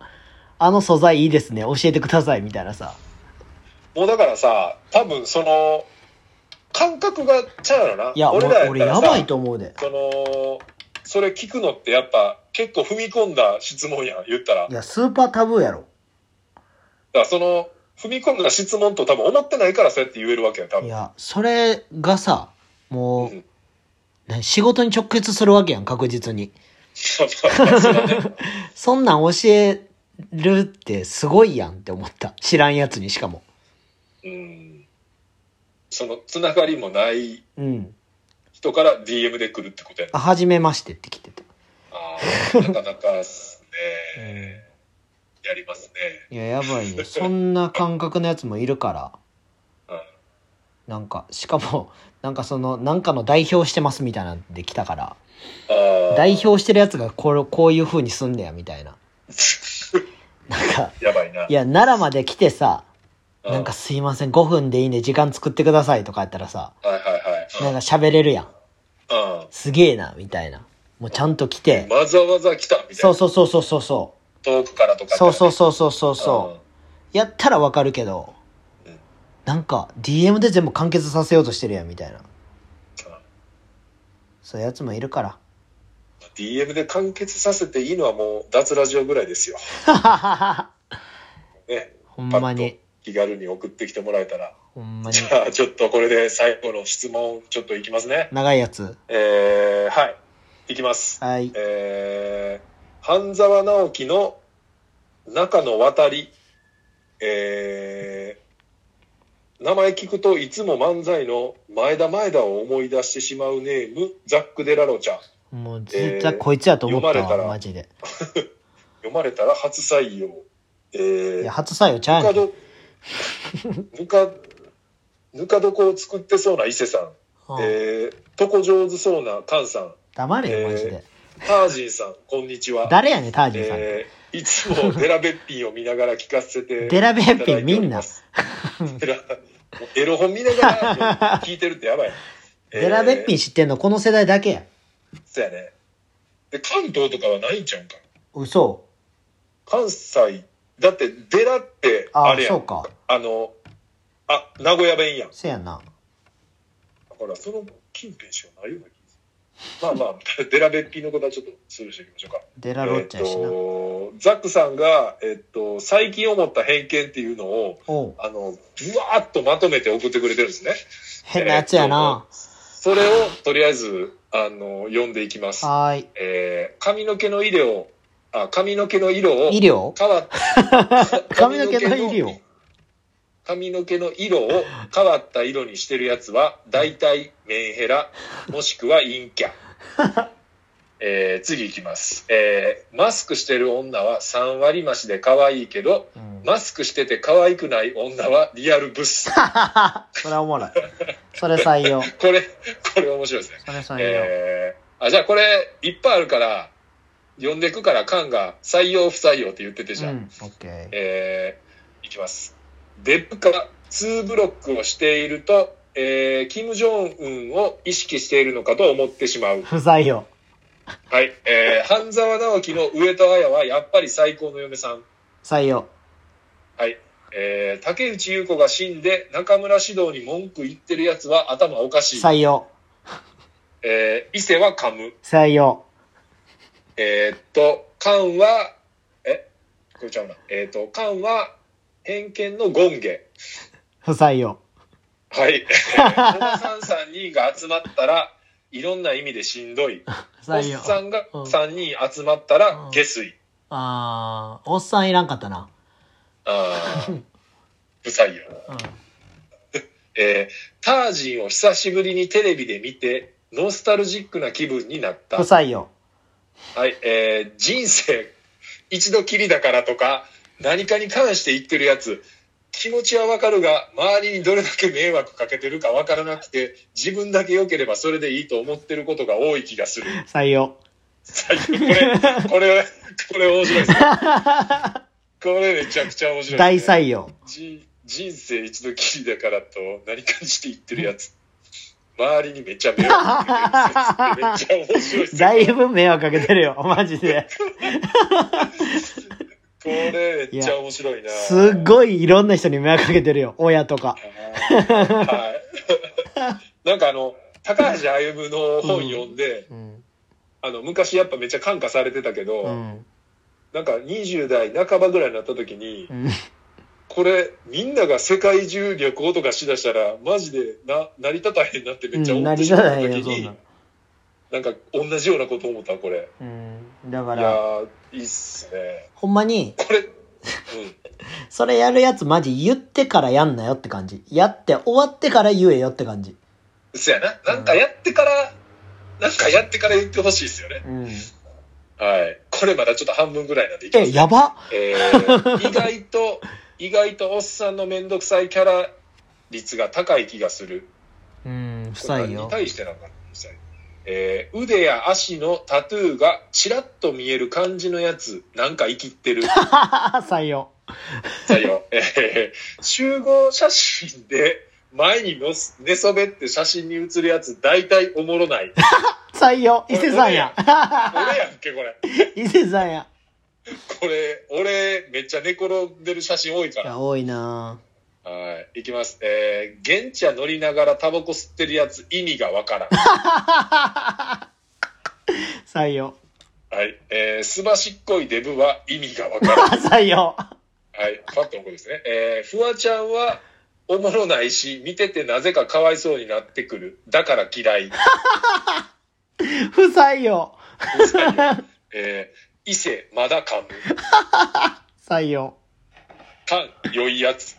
Speaker 1: あの素材いいですね。教えてください。みたいなさ。
Speaker 2: もうだからさ多分その感覚がちゃうよな。
Speaker 1: いや、俺、
Speaker 2: ら
Speaker 1: 俺
Speaker 2: ったら
Speaker 1: や
Speaker 2: さ
Speaker 1: ばいと思うで。
Speaker 2: その、それ聞くのってやっぱ結構踏み込んだ質問やん、言ったら。
Speaker 1: い
Speaker 2: だか
Speaker 1: や、スーパータブーやろ。
Speaker 2: らその、踏み込んだ質問と多分思ってないからそうやって言えるわけや、多
Speaker 1: い
Speaker 2: 分。
Speaker 1: や、それがさ、もう
Speaker 2: うん、
Speaker 1: ね仕事に直結するわけやん、確実に。
Speaker 2: そうだね
Speaker 1: そんなん教えるってすごいやんって思った。知らんやつにしかも。
Speaker 2: うん。その、つながりもない
Speaker 1: うん。
Speaker 2: 人から DM で来るってことや
Speaker 1: あ、
Speaker 2: な。
Speaker 1: はじめましてって来てた。
Speaker 2: あーなかなかっす ね。やります
Speaker 1: い
Speaker 2: ね。
Speaker 1: や、やばいね。そんな感覚のやつもいるから。
Speaker 2: うん
Speaker 1: なんか、しかも、なんかその、なんかの代表してますみたいなんで来たから、
Speaker 2: あー
Speaker 1: 代表してるやつがこれこういう風にすんだよみたいな。なんか、
Speaker 2: やばいな。
Speaker 1: いや、奈良まで来てさ、
Speaker 2: うん
Speaker 1: なんかすいません、5分でいいんで時間作ってくださいとかやったらさ、
Speaker 2: はいはい
Speaker 1: なん
Speaker 2: はい
Speaker 1: か喋れるやん。
Speaker 2: うん。うん
Speaker 1: すげえな、みたいな。もうちゃんと来て。
Speaker 2: わざわざ来たみた
Speaker 1: そ
Speaker 2: いうな。
Speaker 1: そうそうそうそうそ
Speaker 2: 遠くからと
Speaker 1: う。
Speaker 2: か。
Speaker 1: そうそうそうそうそうそうう。やったらわかるけど
Speaker 2: うん、
Speaker 1: なんか DM で全部完結させようとしてるやん、みたいな。
Speaker 2: ん。うん
Speaker 1: そういうやつもいる から。
Speaker 2: DM で完結させていいのはもう脱ラジオぐらいですよ。ね。
Speaker 1: ほんま
Speaker 2: パッと
Speaker 1: に、
Speaker 2: 気軽に送ってきてもらえたら。
Speaker 1: ほんまに
Speaker 2: じ。ゃあちょっとこれで最後の質問ちょっといきますね。
Speaker 1: 長いやつ。
Speaker 2: えー、はい。いきます。
Speaker 1: はい。
Speaker 2: えー、半沢直樹の中の渡り、えー、名前聞くといつも漫才の前田前田を思い出してしまうネーム、ザック・デラロちゃん。
Speaker 1: もう絶対こいつやと思った
Speaker 2: えー読まれ
Speaker 1: わ、
Speaker 2: たら
Speaker 1: マジで。
Speaker 2: 読まれたら初採用。え
Speaker 1: い
Speaker 2: ー
Speaker 1: や、、初採用ちゃう
Speaker 2: ぬ
Speaker 1: や
Speaker 2: か
Speaker 1: ん。
Speaker 2: ど、ぬか、ぬか床を作ってそうな伊勢さん、
Speaker 1: うん
Speaker 2: えー、とこ上手そうな菅さん、
Speaker 1: 黙れよ、マジで。
Speaker 2: タージンさん、こんにちは。
Speaker 1: 誰やねん、タージンさん。
Speaker 2: えーいつもデラべっぴんを見ながら聞かせて。
Speaker 1: デラべっぴんみんな。
Speaker 2: デラ、もうエロ本見ながら聞いてるってやばい。
Speaker 1: デラべっぴん
Speaker 2: ん。
Speaker 1: 知ってんのこの世代だけや。
Speaker 2: そうやね。で、関東とかはないんちゃうんか。
Speaker 1: 嘘。
Speaker 2: 関西、だってデラって
Speaker 1: あ
Speaker 2: あれやん。
Speaker 1: そうか
Speaker 2: あの、あ、名古屋弁やん。
Speaker 1: せやな。
Speaker 2: だからその近辺しかないような気がする。まあまあ、 デラべっぴんのことはちょっとスルーしていきましょうか。
Speaker 1: デラロッチャやしな。
Speaker 2: えっと、ザックさんが、えっと、最近思った偏見っていうのを、
Speaker 1: おう
Speaker 2: あの、ぶわーっとまとめて送ってくれてるんですね。
Speaker 1: 変なやつやな。
Speaker 2: それを、とりあえず、あの、読んでいきます。
Speaker 1: はーい。
Speaker 2: えー髪の毛の色を、あ、髪の毛の色を、
Speaker 1: 医療
Speaker 2: 変わっ
Speaker 1: 髪の毛の医療。
Speaker 2: 髪の毛の色を変わった色にしてるやつは、大体メンヘラ、もしくは陰 キャ。えー次いきます。えーマスクしてる女は3割増しで可愛いけど、
Speaker 1: うん、
Speaker 2: マスクしてて可愛くない女はリアルブス。こ
Speaker 1: それはおもろい。それ採用。
Speaker 2: れ、これ面白いですね。
Speaker 1: それ採用。
Speaker 2: えーあ、じゃあこれ、いっぱいあるから、読んでくから、カンが採用不採用って言っててじゃ。
Speaker 1: うんん、オッケー。
Speaker 2: えーいきます。デップが2ブロックをしていると、えーキム・ジョンウンを意識しているのかと思ってしまう。
Speaker 1: 不採用。
Speaker 2: はい。えー半沢直樹の上戸彩はやっぱり最高の嫁さん。
Speaker 1: 採用。
Speaker 2: はい。えー竹内優子が死んで中村獅童に文句言ってるやつは頭おかしい。
Speaker 1: 採用。
Speaker 2: えー伊勢は噛む。
Speaker 1: 採用。
Speaker 2: えーっと、カンは、え、これちゃうな。えーっと、カンは偏見の権下。
Speaker 1: 不採用。
Speaker 2: はい。おばさん3人が集まったら、いろんな意味でしんどい。
Speaker 1: 不
Speaker 2: おっ
Speaker 1: 採用。
Speaker 2: さんが
Speaker 1: うん
Speaker 2: 3人集まった
Speaker 1: う
Speaker 2: ら
Speaker 1: ん、
Speaker 2: 下水。
Speaker 1: あー、おっさんいらんかったな。
Speaker 2: あー不採用。
Speaker 1: うん。
Speaker 2: えー、タージンを久しぶりにテレビで見て、ノスタルジックな気分になった。
Speaker 1: 不
Speaker 2: は
Speaker 1: 採用。
Speaker 2: い。えー、人生、一度きりだからとか、何かに関して言ってるやつ、気持ちはわかるが、周りにどれだけ迷惑かけてるかわからなくて、自分だけ良ければそれでいいと思ってることが多い気がする。
Speaker 1: 採用。
Speaker 2: 最 近これ、これ、これ面白いですね。これめちゃくちゃ面白い、
Speaker 1: 大採 用。
Speaker 2: 人人生一度きりだからと何かにして言ってるやつ。周りにめっちゃ迷惑かけてるやつ。めっちゃ面白いですね。
Speaker 1: だ いぶ迷惑かけてるよ。マジで。
Speaker 2: これめっちゃ面白いな。
Speaker 1: すっ
Speaker 2: い。
Speaker 1: ごいいろんな人に迷惑かけてるよ。親とか。
Speaker 2: はい。 なんかあの、高橋歩の本読んで、
Speaker 1: うん。
Speaker 2: あの、昔やっぱめっちゃ感化されてたけど、
Speaker 1: うん。
Speaker 2: なんか20代半ばぐらいになった時に
Speaker 1: う、ん。
Speaker 2: これ、みんなが世界中旅行とかしだしたら、マジでな、成り立たへんなってめっちゃ
Speaker 1: うん
Speaker 2: 思
Speaker 1: な
Speaker 2: って
Speaker 1: り
Speaker 2: し
Speaker 1: た
Speaker 2: まっ
Speaker 1: ら
Speaker 2: た
Speaker 1: へん
Speaker 2: 時
Speaker 1: よ、そん
Speaker 2: に
Speaker 1: な、。
Speaker 2: なんか同じようなこと思った、これ。
Speaker 1: うん。だか
Speaker 2: いや
Speaker 1: ら、
Speaker 2: ー、いいっすね。
Speaker 1: ほんまに、
Speaker 2: これ、うん。
Speaker 1: それやるやつマジ言ってからやんなよって感じ。やって終わってから言えよって感じ。
Speaker 2: そやな。なんかやってから、なんかやってから言ってほしいですよね。
Speaker 1: うん。
Speaker 2: はい。これまだちょっと半分ぐらいなんでいきま
Speaker 1: え、
Speaker 2: す。
Speaker 1: やば
Speaker 2: えー、意外と、意外とおっさんのめんどくさいキャラ率が高い気がする。
Speaker 1: うん、
Speaker 2: こ
Speaker 1: 臭
Speaker 2: れ
Speaker 1: い
Speaker 2: に
Speaker 1: よ。
Speaker 2: 対してなんか、臭いえー、腕や足のタトゥーがちらっと見える感じのやつ、なんか生きって る。
Speaker 1: 採用。
Speaker 2: 採 用。えー、集合写真で前にのす寝そべって写真に写るやつ、大体おもろない。
Speaker 1: 採用。伊勢さん や。
Speaker 2: 俺やんけ、これ。
Speaker 1: 伊勢さんや。
Speaker 2: これ、俺、めっちゃ寝転んでる写真多いか
Speaker 1: い
Speaker 2: ら。
Speaker 1: や、多いな
Speaker 2: はい。いきます。えー、現茶乗りながらタバコ吸ってるやつ、意味がわから ん。
Speaker 1: 採用。
Speaker 2: はい。えー、すばしっこいデブは意味がわからん。
Speaker 1: あ、採用。
Speaker 2: はい。パッとのことですね。えー、フワちゃんは、おもろないし、見ててなぜかかわいそうになってくる。だから嫌い。
Speaker 1: 不採用。
Speaker 2: えー、伊勢、まだ噛む。
Speaker 1: 採用。
Speaker 2: 噛ん、良いやつ。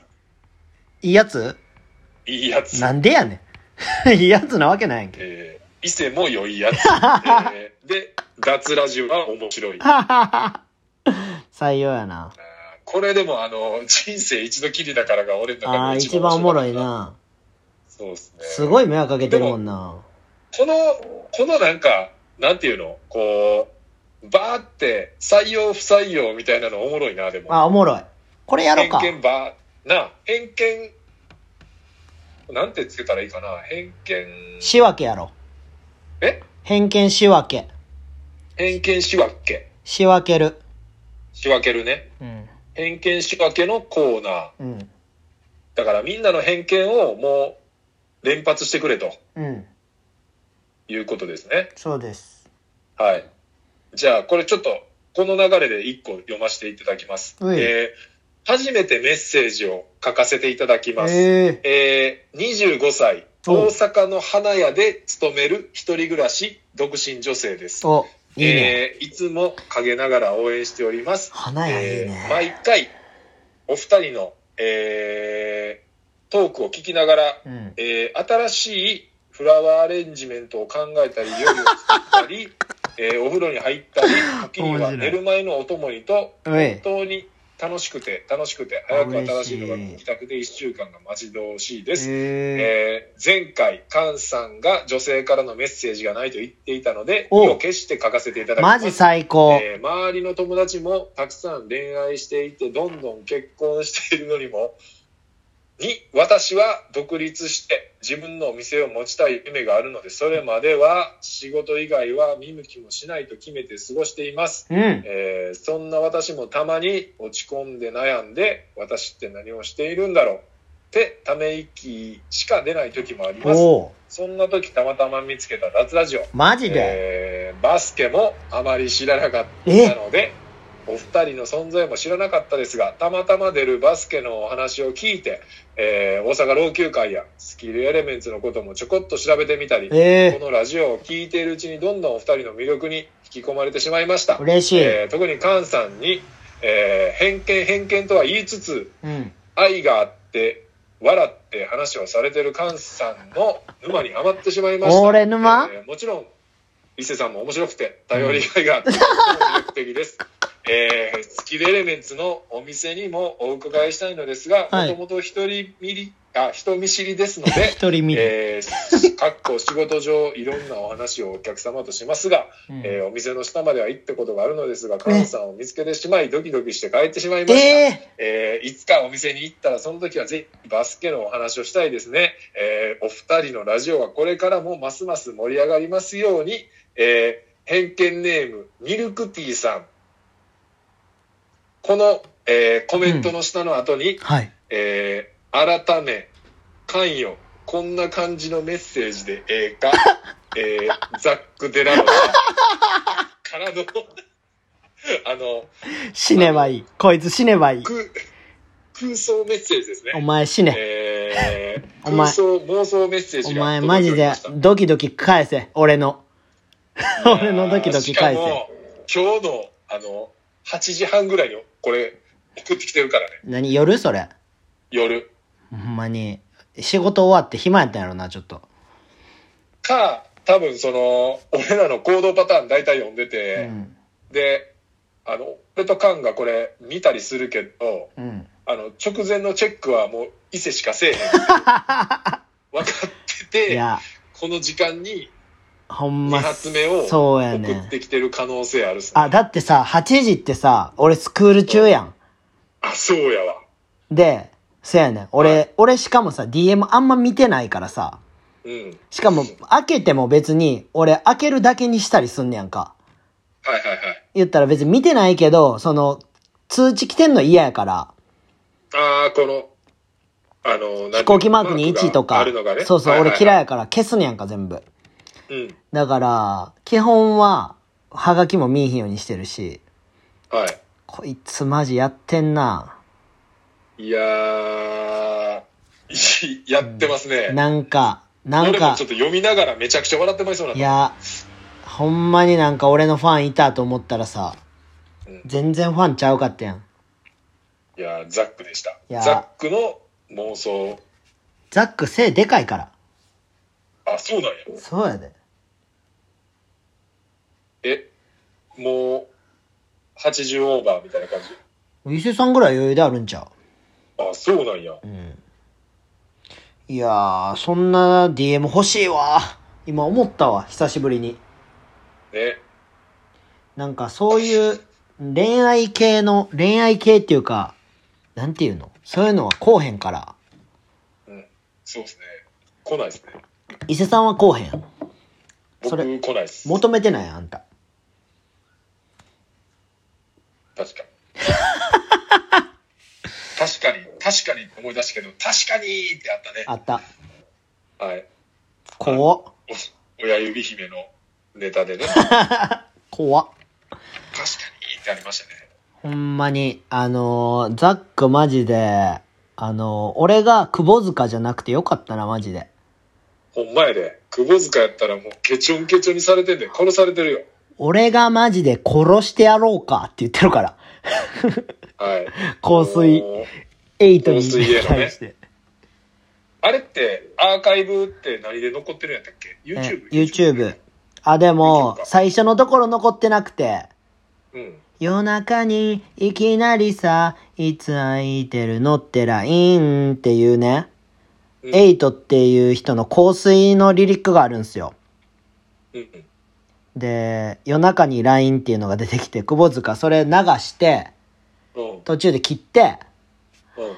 Speaker 1: いいやつ
Speaker 2: いいやつ。
Speaker 1: なんでやねん。 いいやつなわけないやんけ。
Speaker 2: えー、伊勢も良 いやつ。えー、で、脱ラジオは面白い。
Speaker 1: 採用やな。
Speaker 2: これでもあの、人生一度きりだからが俺の中で
Speaker 1: ああー、一番おもろい
Speaker 2: 面白かっ
Speaker 1: な。
Speaker 2: た。そうですね。
Speaker 1: すごい迷惑かけてるもんな。
Speaker 2: この、このなんか、なんていうのこう、バーって採用不採用みたいなのおもろいな、でも。
Speaker 1: あ、おもろい。これやろうか。
Speaker 2: 偏見ば、な、偏見、なんてつけたらいいかな。偏見、
Speaker 1: 仕分けやろう。
Speaker 2: え
Speaker 1: 偏見仕分け。
Speaker 2: 偏見仕分け。
Speaker 1: 仕分ける。
Speaker 2: 仕分けるね。
Speaker 1: うん。
Speaker 2: 偏見仕分けのコーナー。
Speaker 1: うん。
Speaker 2: だからみんなの偏見をもう連発してくれと
Speaker 1: うん。
Speaker 2: いうことですね。
Speaker 1: そうです。
Speaker 2: はい。じゃあ、これちょっと、この流れで一個読ませていただきます。
Speaker 1: はい
Speaker 2: えー初めてメッセージを書かせていただきます。え
Speaker 1: ええ
Speaker 2: ー25歳、
Speaker 1: お
Speaker 2: 大阪の花屋で勤める一人暮らし、独身女性です。
Speaker 1: お、いいね。
Speaker 2: えーいつも陰ながら応援しております。
Speaker 1: 花屋いい
Speaker 2: え
Speaker 1: ね
Speaker 2: ー。毎回、お二人の、えートークを聞きながら、
Speaker 1: うん。
Speaker 2: えー新しいフラワーアレンジメントを考えたり、料理を作っ たり、えーお風呂に入ったり、時に
Speaker 1: 面
Speaker 2: は
Speaker 1: 白い
Speaker 2: 寝る前のお供にと、
Speaker 1: おい
Speaker 2: 本。当に楽しくて、楽しくて、早く新しいのが聞きたくて、1週間が待ち遠しいです。
Speaker 1: ええ
Speaker 2: えー前回、菅さんが女性からのメッセージがないと言っていたので、意
Speaker 1: お
Speaker 2: を決して書かせていただきま
Speaker 1: マ
Speaker 2: す。
Speaker 1: ジ最高。
Speaker 2: えー周りの友達もたくさん恋愛していてどんどん結婚しているのにもに私は独立して自分のお店を持ちたい夢があるのでそれまでは仕事以外は見向きもしないと決めて過ごしています、
Speaker 1: うん。
Speaker 2: えーそんな私もたまに落ち込んで悩んで私って何をしているんだろうってため息しか出ない時もあります
Speaker 1: おお。
Speaker 2: そんな時たまたま見つけた脱ラジオ
Speaker 1: マジで。
Speaker 2: えーバスケもあまり知らなかったのでお二人の存在も知らなかったですがたまたま出るバスケのお話を聞いて、えー大阪老朽会やスキルエレメンツのこともちょこっと調べてみたり、
Speaker 1: え
Speaker 2: このラジオを聞いているうちにどんどんお二人の魅力に引き込まれてしまいまし
Speaker 1: え
Speaker 2: た、
Speaker 1: 嬉しい。
Speaker 2: えー特に菅さんに、えー偏見偏見とは言いつつ
Speaker 1: うん。
Speaker 2: 愛があって笑って話をされてる菅さんの沼にハマってしまいました
Speaker 1: 俺沼
Speaker 2: えーもちろん伊勢さんも面白くて頼りがいがあって、とても魅力的 です、えー、スキルエレメンツのお店にもお伺いしたいのですが
Speaker 1: は
Speaker 2: も
Speaker 1: い
Speaker 2: ともと人見りあ人見知りですので
Speaker 1: 一 人見る。
Speaker 2: えー、かっこ仕事上いろんなお話をお客様としますが、
Speaker 1: うん
Speaker 2: えーお店の下までは行ったことがあるのですが菅さんを見つけてしまいドキドキして帰ってしまいました、
Speaker 1: え
Speaker 2: えーいつかお店に行ったらその時はぜひバスケのお話をしたいですね、えーお二人のラジオはこれからもますます盛り上がりますように、えー偏見ネームミルクティーさんこの、えーコメントの下の後に、
Speaker 1: ーはい。
Speaker 2: えー改め関与こんな感じのメッセージでええか、 えー、ザック・デラロサからの、あの、
Speaker 1: 死ねばいい。こいつ死ねばいい。
Speaker 2: く空想メッセージです
Speaker 1: お
Speaker 2: ね。
Speaker 1: 前死ね。
Speaker 2: えー、
Speaker 1: お前
Speaker 2: 空想、妄想メッセー
Speaker 1: お
Speaker 2: ジが
Speaker 1: 前マ
Speaker 2: 届い
Speaker 1: ジ
Speaker 2: ており
Speaker 1: で
Speaker 2: ました
Speaker 1: ドキドキ返せ。俺の。 俺のドキドキ返
Speaker 2: しか
Speaker 1: せ。
Speaker 2: も今日の、あの、8時半ぐらいにこれ送ってきてるからね、
Speaker 1: 何夜それ。
Speaker 2: 夜。
Speaker 1: ほんまに。仕事終わって暇やったんやろな、ちょっと。
Speaker 2: か、多分その、俺らの行動パターン大体読んで
Speaker 1: う
Speaker 2: て、
Speaker 1: ん。
Speaker 2: で、あの、俺とカンがこれ見たりするけど、
Speaker 1: うん。
Speaker 2: あの、直前のチェックはもう伊勢しかせえへん。 分かって
Speaker 1: い
Speaker 2: て、
Speaker 1: や、
Speaker 2: この時間に
Speaker 1: ほん
Speaker 2: 2
Speaker 1: ま、
Speaker 2: 発目を
Speaker 1: そうや
Speaker 2: 送
Speaker 1: ね
Speaker 2: ってきてる可能性あるっすね。
Speaker 1: あ、だってさ、8時ってさ、俺スクール中やん。
Speaker 2: あ、そうやわ。
Speaker 1: で、そやねん。俺、
Speaker 2: は
Speaker 1: 俺しかもさ、DM あんま見てないからさ。
Speaker 2: うん。
Speaker 1: しかも、開けても別に、俺開けるだけにしたりすんねやんか。
Speaker 2: はいはいはい。
Speaker 1: 言ったら別に見てないけど、その、通知来てんの嫌やから、
Speaker 2: ああ、この、あの、
Speaker 1: 飛行機マークに1とか、
Speaker 2: あるのがね。
Speaker 1: そうそう、俺嫌い
Speaker 2: い。
Speaker 1: やから消すねやんか、全部。
Speaker 2: うん。
Speaker 1: だから、基本は、ハガキも見えへんようにしてるし、
Speaker 2: はい。
Speaker 1: こいつマジやってんな。
Speaker 2: いやー、 やってますね。
Speaker 1: なんか、なん
Speaker 2: 俺も
Speaker 1: か。
Speaker 2: ちょ、っと読みながらめちゃくちゃ笑ってまいそうない
Speaker 1: や、ほんまになんか俺のファンいたと思ったらさ
Speaker 2: うん、
Speaker 1: 全然ファンちゃうかったやん。
Speaker 2: いやーザックでした
Speaker 1: いや。ー
Speaker 2: ザックの妄想。
Speaker 1: ザック背でかいから。
Speaker 2: あ、そうなんや。
Speaker 1: そうやで。
Speaker 2: え、もう、80オーバーみたいな感じ。
Speaker 1: 伊勢さんぐらい余裕であるんちゃ
Speaker 2: あ、そうなんや。
Speaker 1: ううん。いやー、そんな DM 欲しいわ。今思ったわ、久しぶりに。
Speaker 2: ね。
Speaker 1: なんかそういう恋愛系の、恋愛系っていうか、なんていうのそういうのはこうへんから。
Speaker 2: うん。そうですね。来ないですね。
Speaker 1: 伊勢さんはこうへん。そ
Speaker 2: 僕
Speaker 1: れ
Speaker 2: 来ないです。
Speaker 1: 求めてないあんた。
Speaker 2: 確かに。確かに、確かにって思い出したけど、確かにーってあったね。
Speaker 1: あった。
Speaker 2: はい。
Speaker 1: 怖っ。
Speaker 2: お親指姫のネタ でね、確か
Speaker 1: 怖っ。
Speaker 2: にってありましたね。
Speaker 1: ほんまに、あのーザックマジで、あのー俺が窪塚じゃなくてよかったな、マジで。
Speaker 2: ほんまやで。窪塚やったらもうケチョンケチョンにされてんで、殺されてるよ。
Speaker 1: 俺がマジで殺してやろうかって言ってるから。
Speaker 2: はい。
Speaker 1: 香水
Speaker 2: もう
Speaker 1: エイトに
Speaker 2: 香水へのね
Speaker 1: 対して。
Speaker 2: あれって、アーカイブって何で残ってるんやったっけ
Speaker 1: え
Speaker 2: ?YouTube?。
Speaker 1: YouTube。あ、でも
Speaker 2: YouTube、か
Speaker 1: 最初のところ残ってなくて、
Speaker 2: うん。
Speaker 1: 夜中にいきなりさ、いつ空いてるのって LINE っていうね、
Speaker 2: うん
Speaker 1: エイトっていう人の香水のリリックがあるんすよ。
Speaker 2: うんうん。
Speaker 1: で、夜中に LINE っていうのが出てきて、窪塚それ流して、
Speaker 2: うん。
Speaker 1: 途中で切って、
Speaker 2: うん。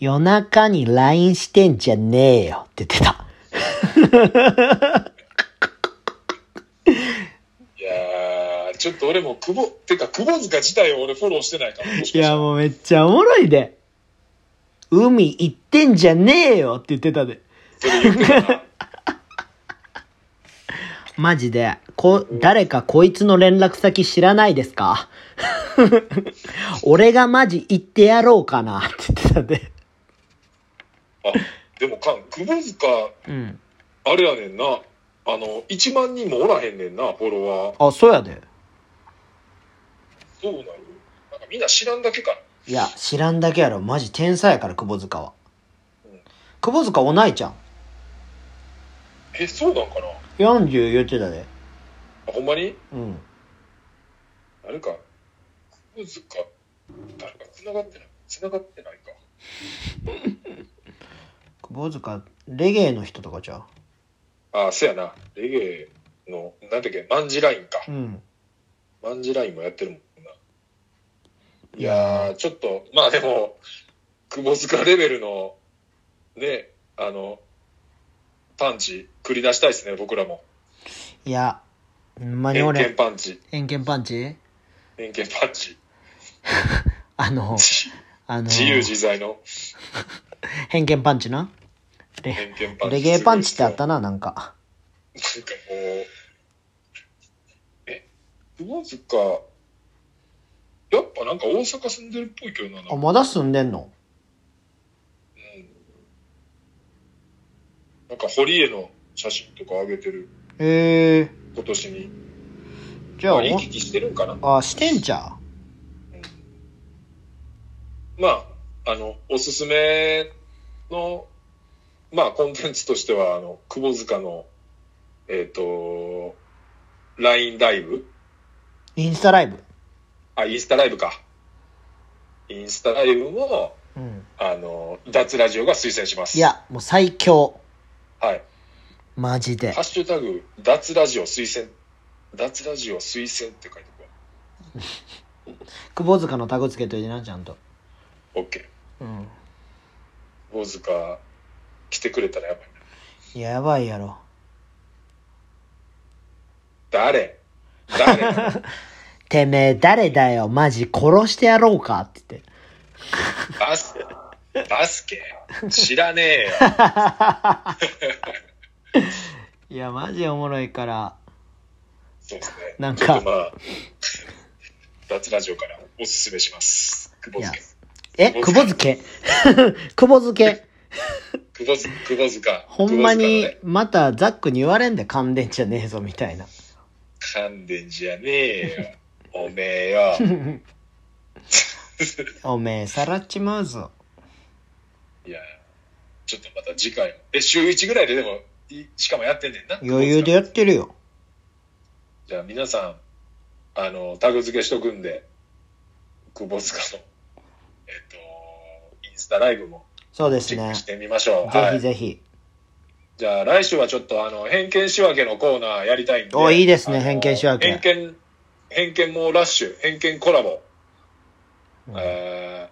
Speaker 1: 夜中に LINE してんじゃねえよって言ってた。
Speaker 2: いやー、ちょっと俺も久保、てか窪塚自体を俺フォローしてないから、もし
Speaker 1: い
Speaker 2: かした
Speaker 1: や、
Speaker 2: ら。
Speaker 1: もうめっちゃおもろいで。海行ってんじゃねえよって言ってたで。
Speaker 2: それ言ってたな。
Speaker 1: マジで、こ、誰かこいつの連絡先知らないですか 俺がマジ行ってやろうかなって言ってたで。
Speaker 2: あ、でもかん、窪塚、
Speaker 1: うん。
Speaker 2: あれやねんな。あの、1万人もおらへんねんな、フォロワー。
Speaker 1: あ、そうやで。
Speaker 2: そうなのなんかみんな知らんだけか。
Speaker 1: いや、知らんだけやろ。マジ天才やから、窪塚は
Speaker 2: うん。
Speaker 1: 窪塚おないちゃん。
Speaker 2: え、そうなんかなあ
Speaker 1: 40言ってたで。
Speaker 2: ほんまに
Speaker 1: うん。
Speaker 2: あれか。クズか。誰か繋がってない。繋がってないか。
Speaker 1: 窪塚、レゲエの人とかちゃ
Speaker 2: ああ、せやな。レゲエの、なんだっけ、マンジラインか
Speaker 1: う。うん。
Speaker 2: マンジラインもやってるもんな。いやー、ちょっと、まあでも、窪塚レベルの、ね、あの、パンチ、繰り出したいですね、僕らも。
Speaker 1: いや、ほんまに
Speaker 2: 偏見
Speaker 1: 俺、
Speaker 2: パンチ。
Speaker 1: 偏見パンチ
Speaker 2: 偏見パン チ。
Speaker 1: あの、あの、
Speaker 2: 自由自在の。
Speaker 1: 偏見パンチな。
Speaker 2: 偏見パンチ
Speaker 1: レゲエパンチってあったな、なんか。
Speaker 2: なんかこう、え、窪塚、やっぱなんか大阪住んでるっぽいけどな、なんか
Speaker 1: あ、まだ住んでんの
Speaker 2: うんなんか堀江の写真とか上げてる、
Speaker 1: へえ
Speaker 2: 今年に。
Speaker 1: ー。じゃあ、
Speaker 2: まあ、行
Speaker 1: も
Speaker 2: き来してるんかな。
Speaker 1: あ、してんじゃん。
Speaker 2: まあ、あの、おすすめの、まあ、コンテンツとしては、あの、窪塚の、えっ、と、LINE ライブ
Speaker 1: インスタライブ。
Speaker 2: あ、インスタライブか。インスタライブも、
Speaker 1: うん。
Speaker 2: あの、脱ラジオが推薦します。
Speaker 1: い。や、もう最強。
Speaker 2: はい。
Speaker 1: マジで
Speaker 2: ハッ。シュタグ、脱ラジオ推薦、脱ラジオ推薦って書いておくわ。
Speaker 1: 窪塚のタグつけといてな、ちゃんと。
Speaker 2: OK。
Speaker 1: うん。
Speaker 2: 大塚、来てくれたらやばいな。
Speaker 1: いややばいやろ。
Speaker 2: 誰誰
Speaker 1: てめえ誰だよ、マジ殺してやろうかって言って。
Speaker 2: バス、バスケ知らねえよ。
Speaker 1: いや、マジおもろいから。
Speaker 2: そうですね。
Speaker 1: なんか
Speaker 2: ちょっとまあ、脱ラジオからおすすめします。久保塚
Speaker 1: いや。え、久保漬 け久保漬け
Speaker 2: 久保塚、久保塚。
Speaker 1: ほんま
Speaker 2: 久
Speaker 1: に
Speaker 2: 保塚のね、
Speaker 1: またザックに言われんで噛んでんじゃねえぞみたいな。
Speaker 2: 噛んでんじゃねえよ。おめえ よ。
Speaker 1: おめえ、さらっちまうぞ。
Speaker 2: いや、ちょっとまた次回も。え、週1ぐらいででも、いしかもやってんねんな。
Speaker 1: 余裕でやってるよ。
Speaker 2: じゃあ皆さん、あの、タグ付けしとくんで、久保塚の、えっと、インスタライブも
Speaker 1: そうです
Speaker 2: チェッ
Speaker 1: ね
Speaker 2: クし。てみましょう。
Speaker 1: ぜ
Speaker 2: は
Speaker 1: ひ
Speaker 2: い。
Speaker 1: ぜひ。
Speaker 2: じゃあ来週はちょっとあの、偏見仕分けのコーナーやりたいんで。
Speaker 1: おいいですね
Speaker 2: あの
Speaker 1: 偏見仕分け
Speaker 2: 偏見、偏見もラッシュ、偏見コラボ。
Speaker 1: うん
Speaker 2: え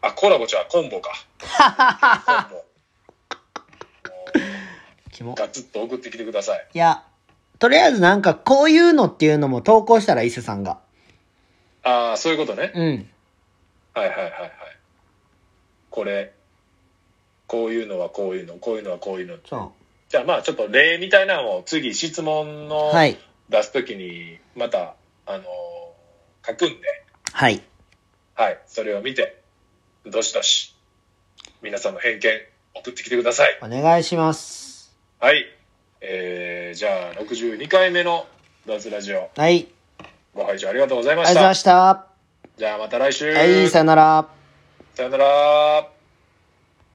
Speaker 2: ー、あ、コラボじゃあコンボか。 コンボ。
Speaker 1: キモ。
Speaker 2: ガツッと送ってきてください。
Speaker 1: いや、とりあえずなんかこういうのっていうのも投稿したら伊勢さんが。
Speaker 2: ああ、そういうことね。
Speaker 1: うん。
Speaker 2: はいはいはいはい。これ、こういうのはこういうの、こういうのはこういうの。
Speaker 1: そ
Speaker 2: じゃあまあちょっと例みたいなのを次質問
Speaker 1: う。
Speaker 2: の
Speaker 1: はい。
Speaker 2: 出すときにまた、あのー書くんで、
Speaker 1: はい。
Speaker 2: はい、それを見て、どしどし、皆さんの偏見送ってきてください。
Speaker 1: お願いします。
Speaker 2: はい。えー、じゃあ62回目の脱ラジオ、
Speaker 1: はい。
Speaker 2: ご拝聴ありがとうござい
Speaker 1: あ
Speaker 2: ま
Speaker 1: りがとうご
Speaker 2: し
Speaker 1: ざい
Speaker 2: た。
Speaker 1: ました。
Speaker 2: じゃあまた来週。
Speaker 1: はい、さよなら。
Speaker 2: さよなら。